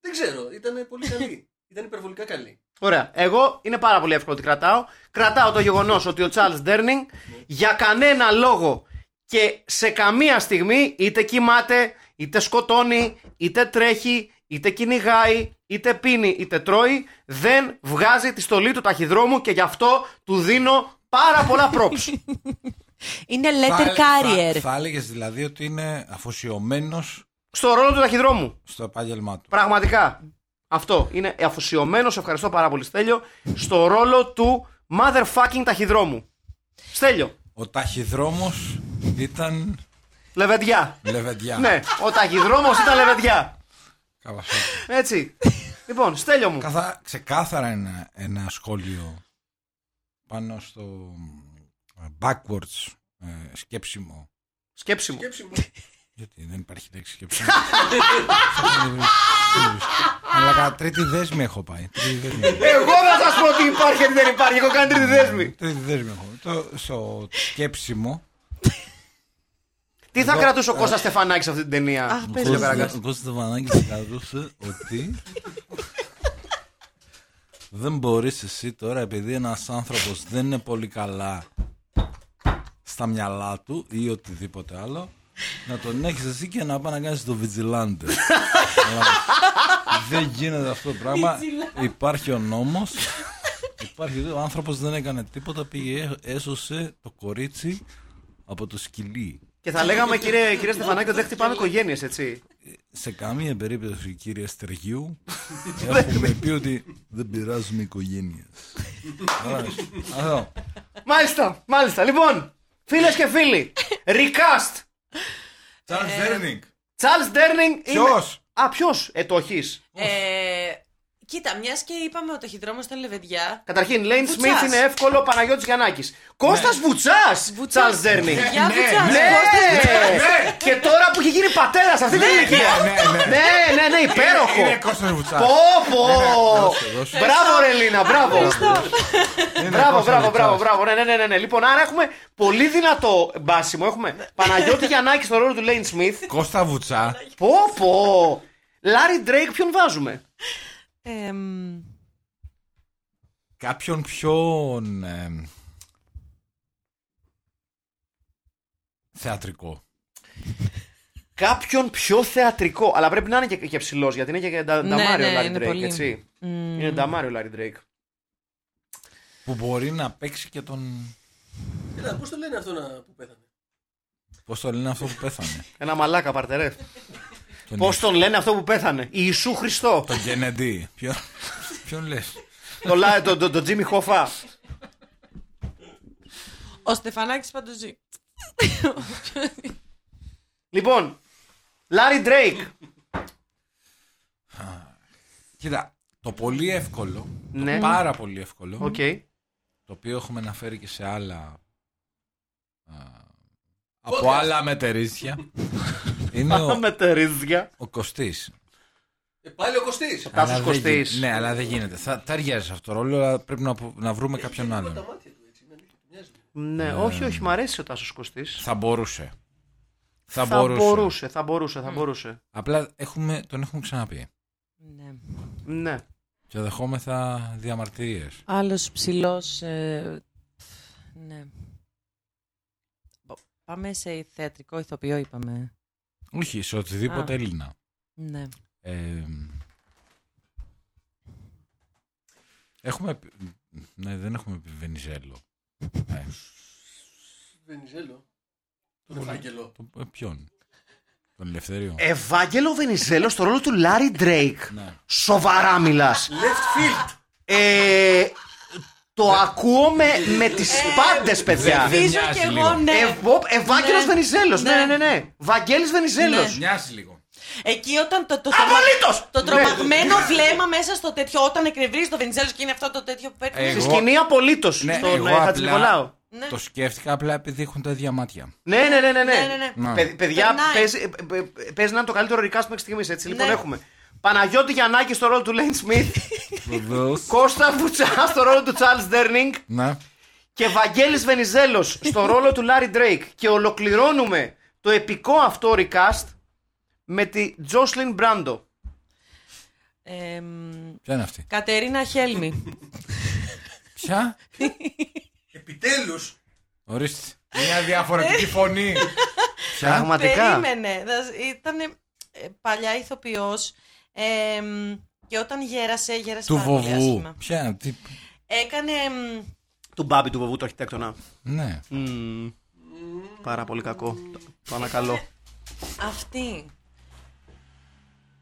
Speaker 5: Δεν ξέρω, ήταν πολύ καλή. Ήταν υπερβολικά καλή.
Speaker 2: Ωραία. Εγώ είναι πάρα πολύ εύκολο ότι κρατάω. Κρατάω το γεγονός ότι ο Charles Ντέρνινγκ για κανένα λόγο και σε καμία στιγμή είτε κοιμάται, είτε σκοτώνει, είτε τρέχει, είτε κυνηγάει, είτε πίνει, είτε τρώει, δεν βγάζει τη στολή του ταχυδρόμου και γι' αυτό του δίνω πάρα πολλά props.
Speaker 4: Είναι
Speaker 3: Θα- θα-
Speaker 4: letter carrier.
Speaker 3: Θα έλεγε δηλαδή ότι είναι αφοσιωμένος
Speaker 2: στο ρόλο του ταχυδρόμου.
Speaker 3: στο επάγγελμά του.
Speaker 2: Πραγματικά. Αυτό είναι αφοσιωμένο, σε ευχαριστώ πάρα πολύ Στέλιο, στο ρόλο του motherfucking ταχυδρόμου. Στέλιο,
Speaker 3: Ο ταχυδρόμος ήταν
Speaker 2: λεβεντιά.
Speaker 3: λεβεντιά.
Speaker 2: ναι, ο ταχυδρόμος ήταν λεβεντιά.
Speaker 3: Κάπως έτσι.
Speaker 2: Έτσι. λοιπόν, Στέλιο μου.
Speaker 3: Καθα... Ξεκάθαρα ένα, ένα σχόλιο πάνω στο ε, backwards ε, σκέψιμο.
Speaker 2: Σκέψη μου.
Speaker 5: Σκέψη μου.
Speaker 3: Γιατί δεν υπάρχει λέξη σκέψιμο. Αλλά κατά τρίτη δέσμη έχω πάει. Τρίτη δέσμη. έχω πάει.
Speaker 2: Εγώ θα σας πω ότι υπάρχει και τι δεν υπάρχει. Έχω κάνει τρίτη δέσμη.
Speaker 3: Τρίτη δέσμη έχω. Το, στο σκέψιμο.
Speaker 2: τι θα κρατούσε ο Κώστας Στεφανάκης σε αυτή την ταινία.
Speaker 4: Αχ, πες.
Speaker 2: Στέλιο Καραγκάς.
Speaker 6: Ο Κώστας Στεφανάκης κρατούσε ότι δεν μπορείς εσύ τώρα επειδή ένας άνθρωπος δεν είναι πολύ καλά στα μυαλά του ή οτιδήποτε άλλο να τον έχεις εσύ και να πάει να κάνεις το βιτζιλάντε. δεν γίνεται αυτό το πράγμα. Υπάρχει ο νόμος. Υπάρχει, ο άνθρωπος δεν έκανε τίποτα, πήγε, έσωσε το κορίτσι από το σκυλί.
Speaker 2: και θα λέγαμε κύριε, κύριε Στεφανάκη ότι δεν χτυπάμε οικογένειες έτσι.
Speaker 6: Σε καμία περίπτωση, κύριε Στεργίου, έχουμε πει ότι δεν πειράζουμε οικογένειες. Αυτό.
Speaker 2: μάλιστα, μάλιστα. Λοιπόν, φίλες και φίλοι, recast.
Speaker 6: Ε,
Speaker 3: Τσάρλ Δέρνικ.
Speaker 2: Charles Ντέρνινγκ είναι...
Speaker 3: Ποιος?
Speaker 2: Α, ποιος. Ε, το έχεις.
Speaker 4: Ε, κοίτα, μιας και είπαμε ο ταχυδρόμος ήταν λεβεντιά.
Speaker 2: Καταρχήν, Λέιν
Speaker 4: Βουτσάς. Ναι.
Speaker 2: Σμιθ είναι εύκολο, Παναγιώτης Γιαννάκης. Κώστας Βουτσάς,
Speaker 4: Βουτσάς.
Speaker 2: Τσάρλ Δέρνη.
Speaker 4: Για βουτσάς.
Speaker 2: Ναι! Και τώρα που έχει γίνει πατέρα αυτή την ηλικία.
Speaker 3: ναι, ναι.
Speaker 2: Ναι, ναι, ναι,
Speaker 3: Είναι
Speaker 2: υπέροχο.
Speaker 3: Κώστας Βουτσάς.
Speaker 2: Πω, πω.
Speaker 3: ναι, δώσε, δώσε.
Speaker 2: Μπράβο, Ρελίνα, μπράβο.
Speaker 3: Είναι
Speaker 2: Μπράβο,
Speaker 3: Κώστας
Speaker 2: μπράβο,
Speaker 3: Βουτσάς.
Speaker 2: μπράβο, μπράβο. Ναι, ναι, ναι, ναι, ναι. Λοιπόν, άρα έχουμε πολύ δυνατό μπάσιμο. Έχουμε Παναγιώτη Γιαννάκη στο ρόλο του Λέιν Σμιθ.
Speaker 3: Κώστα Βουτσά.
Speaker 2: Πω, πω. Λάρι Ντρέικ, ποιον βάζουμε.
Speaker 3: Ναι.
Speaker 4: Ε, μ,
Speaker 3: Κάποιον ποιον. εμ, θεατρικό.
Speaker 2: Κάποιον πιο θεατρικό. Αλλά πρέπει να είναι και, και ψηλός γιατί είναι και ντα,
Speaker 4: Ναι,
Speaker 2: νταμάριο
Speaker 4: ναι,
Speaker 2: Λάρι
Speaker 4: είναι
Speaker 2: Ντρέικ.
Speaker 4: πολύ.
Speaker 2: Έτσι.
Speaker 4: μ,
Speaker 2: Είναι νταμάριο Λάρι Ντρέικ.
Speaker 3: Που μπορεί να παίξει και τον.
Speaker 5: Έλα, πώς το λένε αυτό να... που πέθανε.
Speaker 3: Πώς το λένε αυτό που πέθανε.
Speaker 2: Ένα μαλάκα παρτερέ.
Speaker 3: Τον
Speaker 2: Πώς τον λένε αυτό που πέθανε, Ιησού Χριστό.
Speaker 3: Τον Κέννεντι. Ποιον, ποιον λες.
Speaker 2: το, λα- το, το, το Jimmy Hoffa.
Speaker 4: Ο Στεφανάκης Παντοζή.
Speaker 2: Λοιπόν, Larry Drake.
Speaker 3: Κοίτα, το πολύ εύκολο,
Speaker 2: Ναι.
Speaker 6: Ε.
Speaker 3: το πάρα πολύ εύκολο,
Speaker 2: Οκ.
Speaker 3: το οποίο έχουμε αναφέρει και σε άλλα. α, από
Speaker 2: [laughs]
Speaker 3: άλλα μετερίσια. είναι Ναι, ο,
Speaker 2: Με τα ρίζια.
Speaker 3: ο Κωστής.
Speaker 5: Ε, πάλι ο Κωστής.
Speaker 2: Τάσος
Speaker 3: Αλλά δεν
Speaker 2: Κωστής.
Speaker 3: γι- Ναι, αλλά δεν γίνεται. Θα ταιριάζει σε αυτό το ρόλο, αλλά πρέπει να, πο- να
Speaker 2: Ε,
Speaker 3: βρούμε κάποιον
Speaker 5: Τα
Speaker 3: άλλον.
Speaker 5: μάτια του έτσι. είναι ανοιχτό, μοιάζει.
Speaker 2: Ναι, όχι, όχι, μ' αρέσει ο Τάσος Κωστής.
Speaker 3: Θα μπορούσε. Θα,
Speaker 2: θα μπορούσε. θα μπορούσε, θα μπορούσε.
Speaker 3: Απλά έχουμε, τον έχουμε ξαναπεί.
Speaker 4: Ναι.
Speaker 2: Ναι.
Speaker 3: Και δεχόμεθα διαμαρτυρίες.
Speaker 4: Άλλος ψηλός. Ε, ναι. Πο- Πάμε σε θεατρικό ηθοποιό, είπαμε.
Speaker 3: Όχι, σε οτιδήποτε
Speaker 4: Α.
Speaker 3: Έλληνα.
Speaker 4: Ναι.
Speaker 3: Ε, έχουμε. πει- Ναι, δεν έχουμε πει Βενιζέλο. Ε,
Speaker 5: Βενιζέλο. Τον
Speaker 3: Πολύ.
Speaker 5: Ευάγγελο.
Speaker 3: το, ε, ποιον. Τον Ελευθερίο.
Speaker 2: Ευάγγελο Βενιζέλο στο ρόλο του Larry Drake.
Speaker 3: Ναι.
Speaker 2: Σοβαρά μιλάς.
Speaker 5: Left field.
Speaker 2: Ε, το ακούω με, με τις πάντες, παιδιά. Ε,
Speaker 3: Δεν
Speaker 4: Βίζω
Speaker 3: μοιάζει
Speaker 4: και εγώ,
Speaker 3: λίγο. Ε,
Speaker 4: ναι.
Speaker 2: Ευάγγελος
Speaker 4: Ναι.
Speaker 2: Βενιζέλο. Ναι,
Speaker 4: Ναι.
Speaker 2: ναι, ναι. Βαγγέλης Βενιζέλο.
Speaker 4: Ναι.
Speaker 3: Μοιάζει λίγο.
Speaker 4: Εκεί όταν το, το,
Speaker 2: Απολύτως!
Speaker 3: Ναι.
Speaker 4: το τρομαγμένο βλέμμα μέσα στο τέτοιο, όταν εκνευρίζει το Βενιζέλος και είναι αυτό το τέτοιο που παίρνει.
Speaker 2: Στη
Speaker 3: Εγώ-
Speaker 2: σκηνή απολύτως.
Speaker 3: Ναι,
Speaker 2: Στον
Speaker 3: εγώ
Speaker 2: ε,
Speaker 3: απλά-
Speaker 2: Χατζηνικολάου.
Speaker 4: Ναι.
Speaker 3: Το σκέφτηκα απλά επειδή έχουν τα ίδια μάτια.
Speaker 2: Ναι, ναι, ναι, ναι.
Speaker 4: Ναι, ναι, ναι.
Speaker 3: Ναι.
Speaker 2: Παι- παιδιά,
Speaker 4: Περνάει.
Speaker 2: παίζει, ε, ε, ε, παίζει να είναι το καλύτερο recast μέχρι στιγμής. Έτσι λοιπόν
Speaker 4: Ναι.
Speaker 2: έχουμε. Παναγιώτη Γιαννάκη στο ρόλο του Λέιν Σμιθ.
Speaker 4: [laughs]
Speaker 3: Βεβαίως.
Speaker 2: Κώστα Βουτσά στο ρόλο του Τσάρλ Ντέρνινγκ.
Speaker 3: ναι.
Speaker 2: Και Βαγγέλης Βενιζέλος στο ρόλο του Λάρι Drake. Και ολοκληρώνουμε το επικό αυτό recast με τη Τζόσλιν Μπράντο.
Speaker 4: Ε, μ,
Speaker 3: Ποια είναι αυτή.
Speaker 4: Κατερίνα Χέλμη.
Speaker 3: Ποια.
Speaker 5: Επιτέλους.
Speaker 3: Ορίστε. Μια διαφορετική φωνή. Ποια.
Speaker 2: Πραγματικά.
Speaker 4: Περίμενε. Ήταν παλιά ηθοποιός ε, μ, και όταν γέρασε, γέρασε
Speaker 3: Του
Speaker 4: πάρα πολύ
Speaker 3: βοβού.
Speaker 4: άσχημα.
Speaker 3: Ποια. Τι...
Speaker 4: Έκανε. μ,
Speaker 2: Του Μπάμπι του βοβού του αρχιτέκτονα.
Speaker 3: Ναι.
Speaker 2: Μμμ. Πάρα πολύ κακό. Το- Το ανακαλώ.
Speaker 4: αυτή.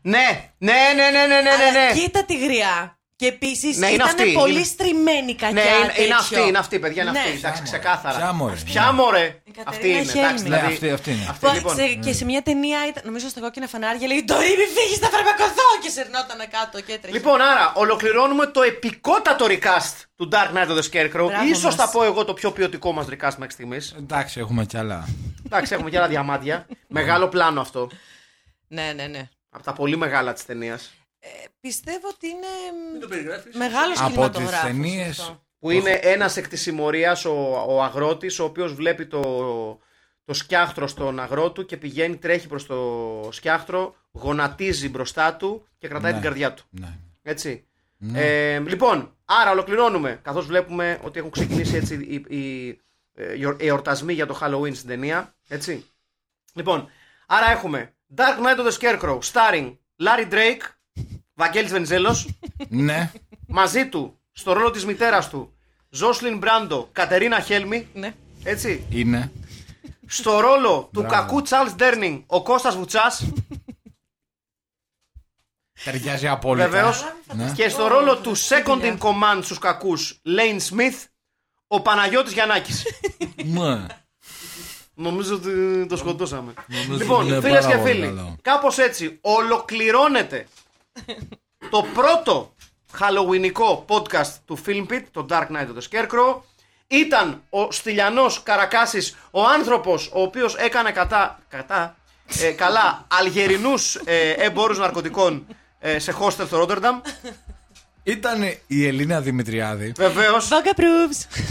Speaker 2: Ναι, ναι, ναι, ναι, ναι, ναι, ναι.
Speaker 4: Αλλά
Speaker 2: ναι.
Speaker 4: κοίτα τη γριά. Και επίσης
Speaker 2: Ναι, είναι
Speaker 4: ήταν
Speaker 2: αυτή,
Speaker 4: πολύ
Speaker 2: είναι-
Speaker 4: στριμμένη η κακιά.
Speaker 2: Ναι, είναι, είναι
Speaker 4: Ε, τέτοιο.
Speaker 2: αυτή, είναι αυτή, παιδιά, είναι
Speaker 4: Ναι.
Speaker 2: αυτή. Εντάξει,
Speaker 3: Ποια μωρέ.
Speaker 2: ξεκάθαρα.
Speaker 3: Ποια μωρέ.
Speaker 2: Ποια μωρέ.
Speaker 4: Η Κατερίνα
Speaker 2: Αυτή είναι, εντάξει,
Speaker 4: Χέλμη.
Speaker 3: Ναι,
Speaker 2: δηλαδή.
Speaker 3: αυτή, αυτή είναι.
Speaker 2: αυτή,
Speaker 4: Που
Speaker 2: λοιπόν.
Speaker 4: σε- και σε μια ταινία ήταν, νομίζω στα κόκκινα φανάρια, λέει Ντορίμι, φύγει, θα φαρμακοθώ! Και σερνόταν κάτω και έτρεχε.
Speaker 2: Λοιπόν, άρα ολοκληρώνουμε το επικότατο recast του Dark Knight of the Scarecrow.
Speaker 4: Μπράβο
Speaker 2: Ίσως
Speaker 4: μας.
Speaker 2: θα πω εγώ το πιο ποιοτικό μας recast μέχρι στιγμής.
Speaker 3: Εντάξει, έχουμε κι άλλα.
Speaker 2: Εντάξει, έχουμε και άλλα
Speaker 4: [laughs]
Speaker 2: διαμάντια. Μεγάλο πλάνο αυτό.
Speaker 4: Ναι, ναι, ναι. Ε,
Speaker 2: Από τα πολύ μεγάλα της ταινίας.
Speaker 4: Πιστεύω ότι είναι
Speaker 5: Μην το περιγράφεις.
Speaker 4: μεγάλος
Speaker 3: Από τις
Speaker 4: κινηματογράφος
Speaker 3: ταινίες-
Speaker 4: αυτό.
Speaker 2: Που είναι ένας εκ της συμμορίας ο, ο αγρότης, ο οποίος βλέπει το, το σκιάχτρο στον αγρό του και πηγαίνει, τρέχει προς το σκιάχτρο, γονατίζει μπροστά του και κρατάει
Speaker 3: Ναι.
Speaker 2: την καρδιά του.
Speaker 3: Ναι.
Speaker 2: Έτσι. Ε, λοιπόν, άρα ολοκληρώνουμε. Καθώς βλέπουμε ότι έχουν ξεκινήσει έτσι οι, οι, ε, γιορ- εορτασμοί για το Halloween στην ταινία. Έτσι. Λοιπόν, άρα έχουμε Dark Knight of the Scarecrow, starring Larry Drake, Βαγγέλης Βενιζέλος,
Speaker 3: ναι.
Speaker 2: μαζί του στο ρόλο της μητέρας του Ζόσλιν Μπράντο, Κατερίνα Χέλμη,
Speaker 4: Ναι.
Speaker 2: έτσι,
Speaker 3: Είναι.
Speaker 2: στο ρόλο του
Speaker 3: Μπράβο.
Speaker 2: κακού Τσάρλς Ντέρνινγκ ο Κώστας Βουτσάς
Speaker 3: Ταιριάζει απόλυτα.
Speaker 2: βεβαίως
Speaker 3: Ναι.
Speaker 2: και στο ρόλο του second in
Speaker 4: δουλειά.
Speaker 2: command στους κακούς Λέιν Σμιθ ο Παναγιώτης Γιαννάκης.
Speaker 3: [laughs] Ναι.
Speaker 2: Νομίζω ότι το σκοτώσαμε.
Speaker 3: Νομίζω ότι
Speaker 2: λοιπόν,
Speaker 3: είναι
Speaker 2: φίλες και
Speaker 3: πάρα πολύ
Speaker 2: φίλοι,
Speaker 3: καλό.
Speaker 2: κάπως έτσι
Speaker 3: [laughs]
Speaker 2: ολοκληρώνεται το πρώτο Halloweenικό podcast του Film Pit, το Dark Knight of the Scarecrow. Ήταν ο Στυλιανός Καρακάσης, ο άνθρωπος ο οποίος έκανε κατά, κατά ε, καλά αλγερινούς ε, εμπόρους ναρκωτικών ε, σε hostel στο Ρότερνταμ.
Speaker 3: Ήταν η Ελίνα Δημητριάδη.
Speaker 2: Βεβαίως.
Speaker 4: Vogue approves.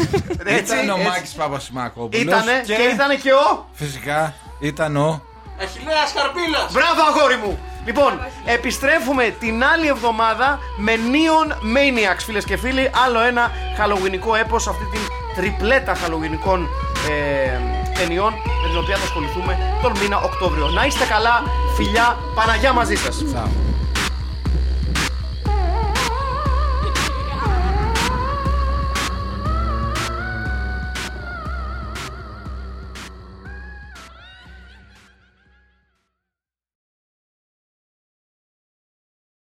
Speaker 2: έτσι,
Speaker 3: ήταν ο
Speaker 2: έτσι.
Speaker 3: Μάκης Παπασημακόπουλος.
Speaker 2: Ήτανε και...
Speaker 3: και,
Speaker 2: ήτανε και ο...
Speaker 3: φυσικά ήταν ο...
Speaker 5: Αχιλέας Χαρπίλας.
Speaker 2: Μπράβο αγόρι μου! Λοιπόν, επιστρέφουμε την άλλη εβδομάδα με Neon Maniacs φίλες και φίλοι Άλλο ένα χαλογενικό έπος αυτή την τριπλέτα χαλογενικών ε, ταινιών Με την οποία θα ασχοληθούμε τον μήνα Οκτώβριο Να είστε καλά, φιλιά, Παναγιά μαζί σας
Speaker 3: Τσάου.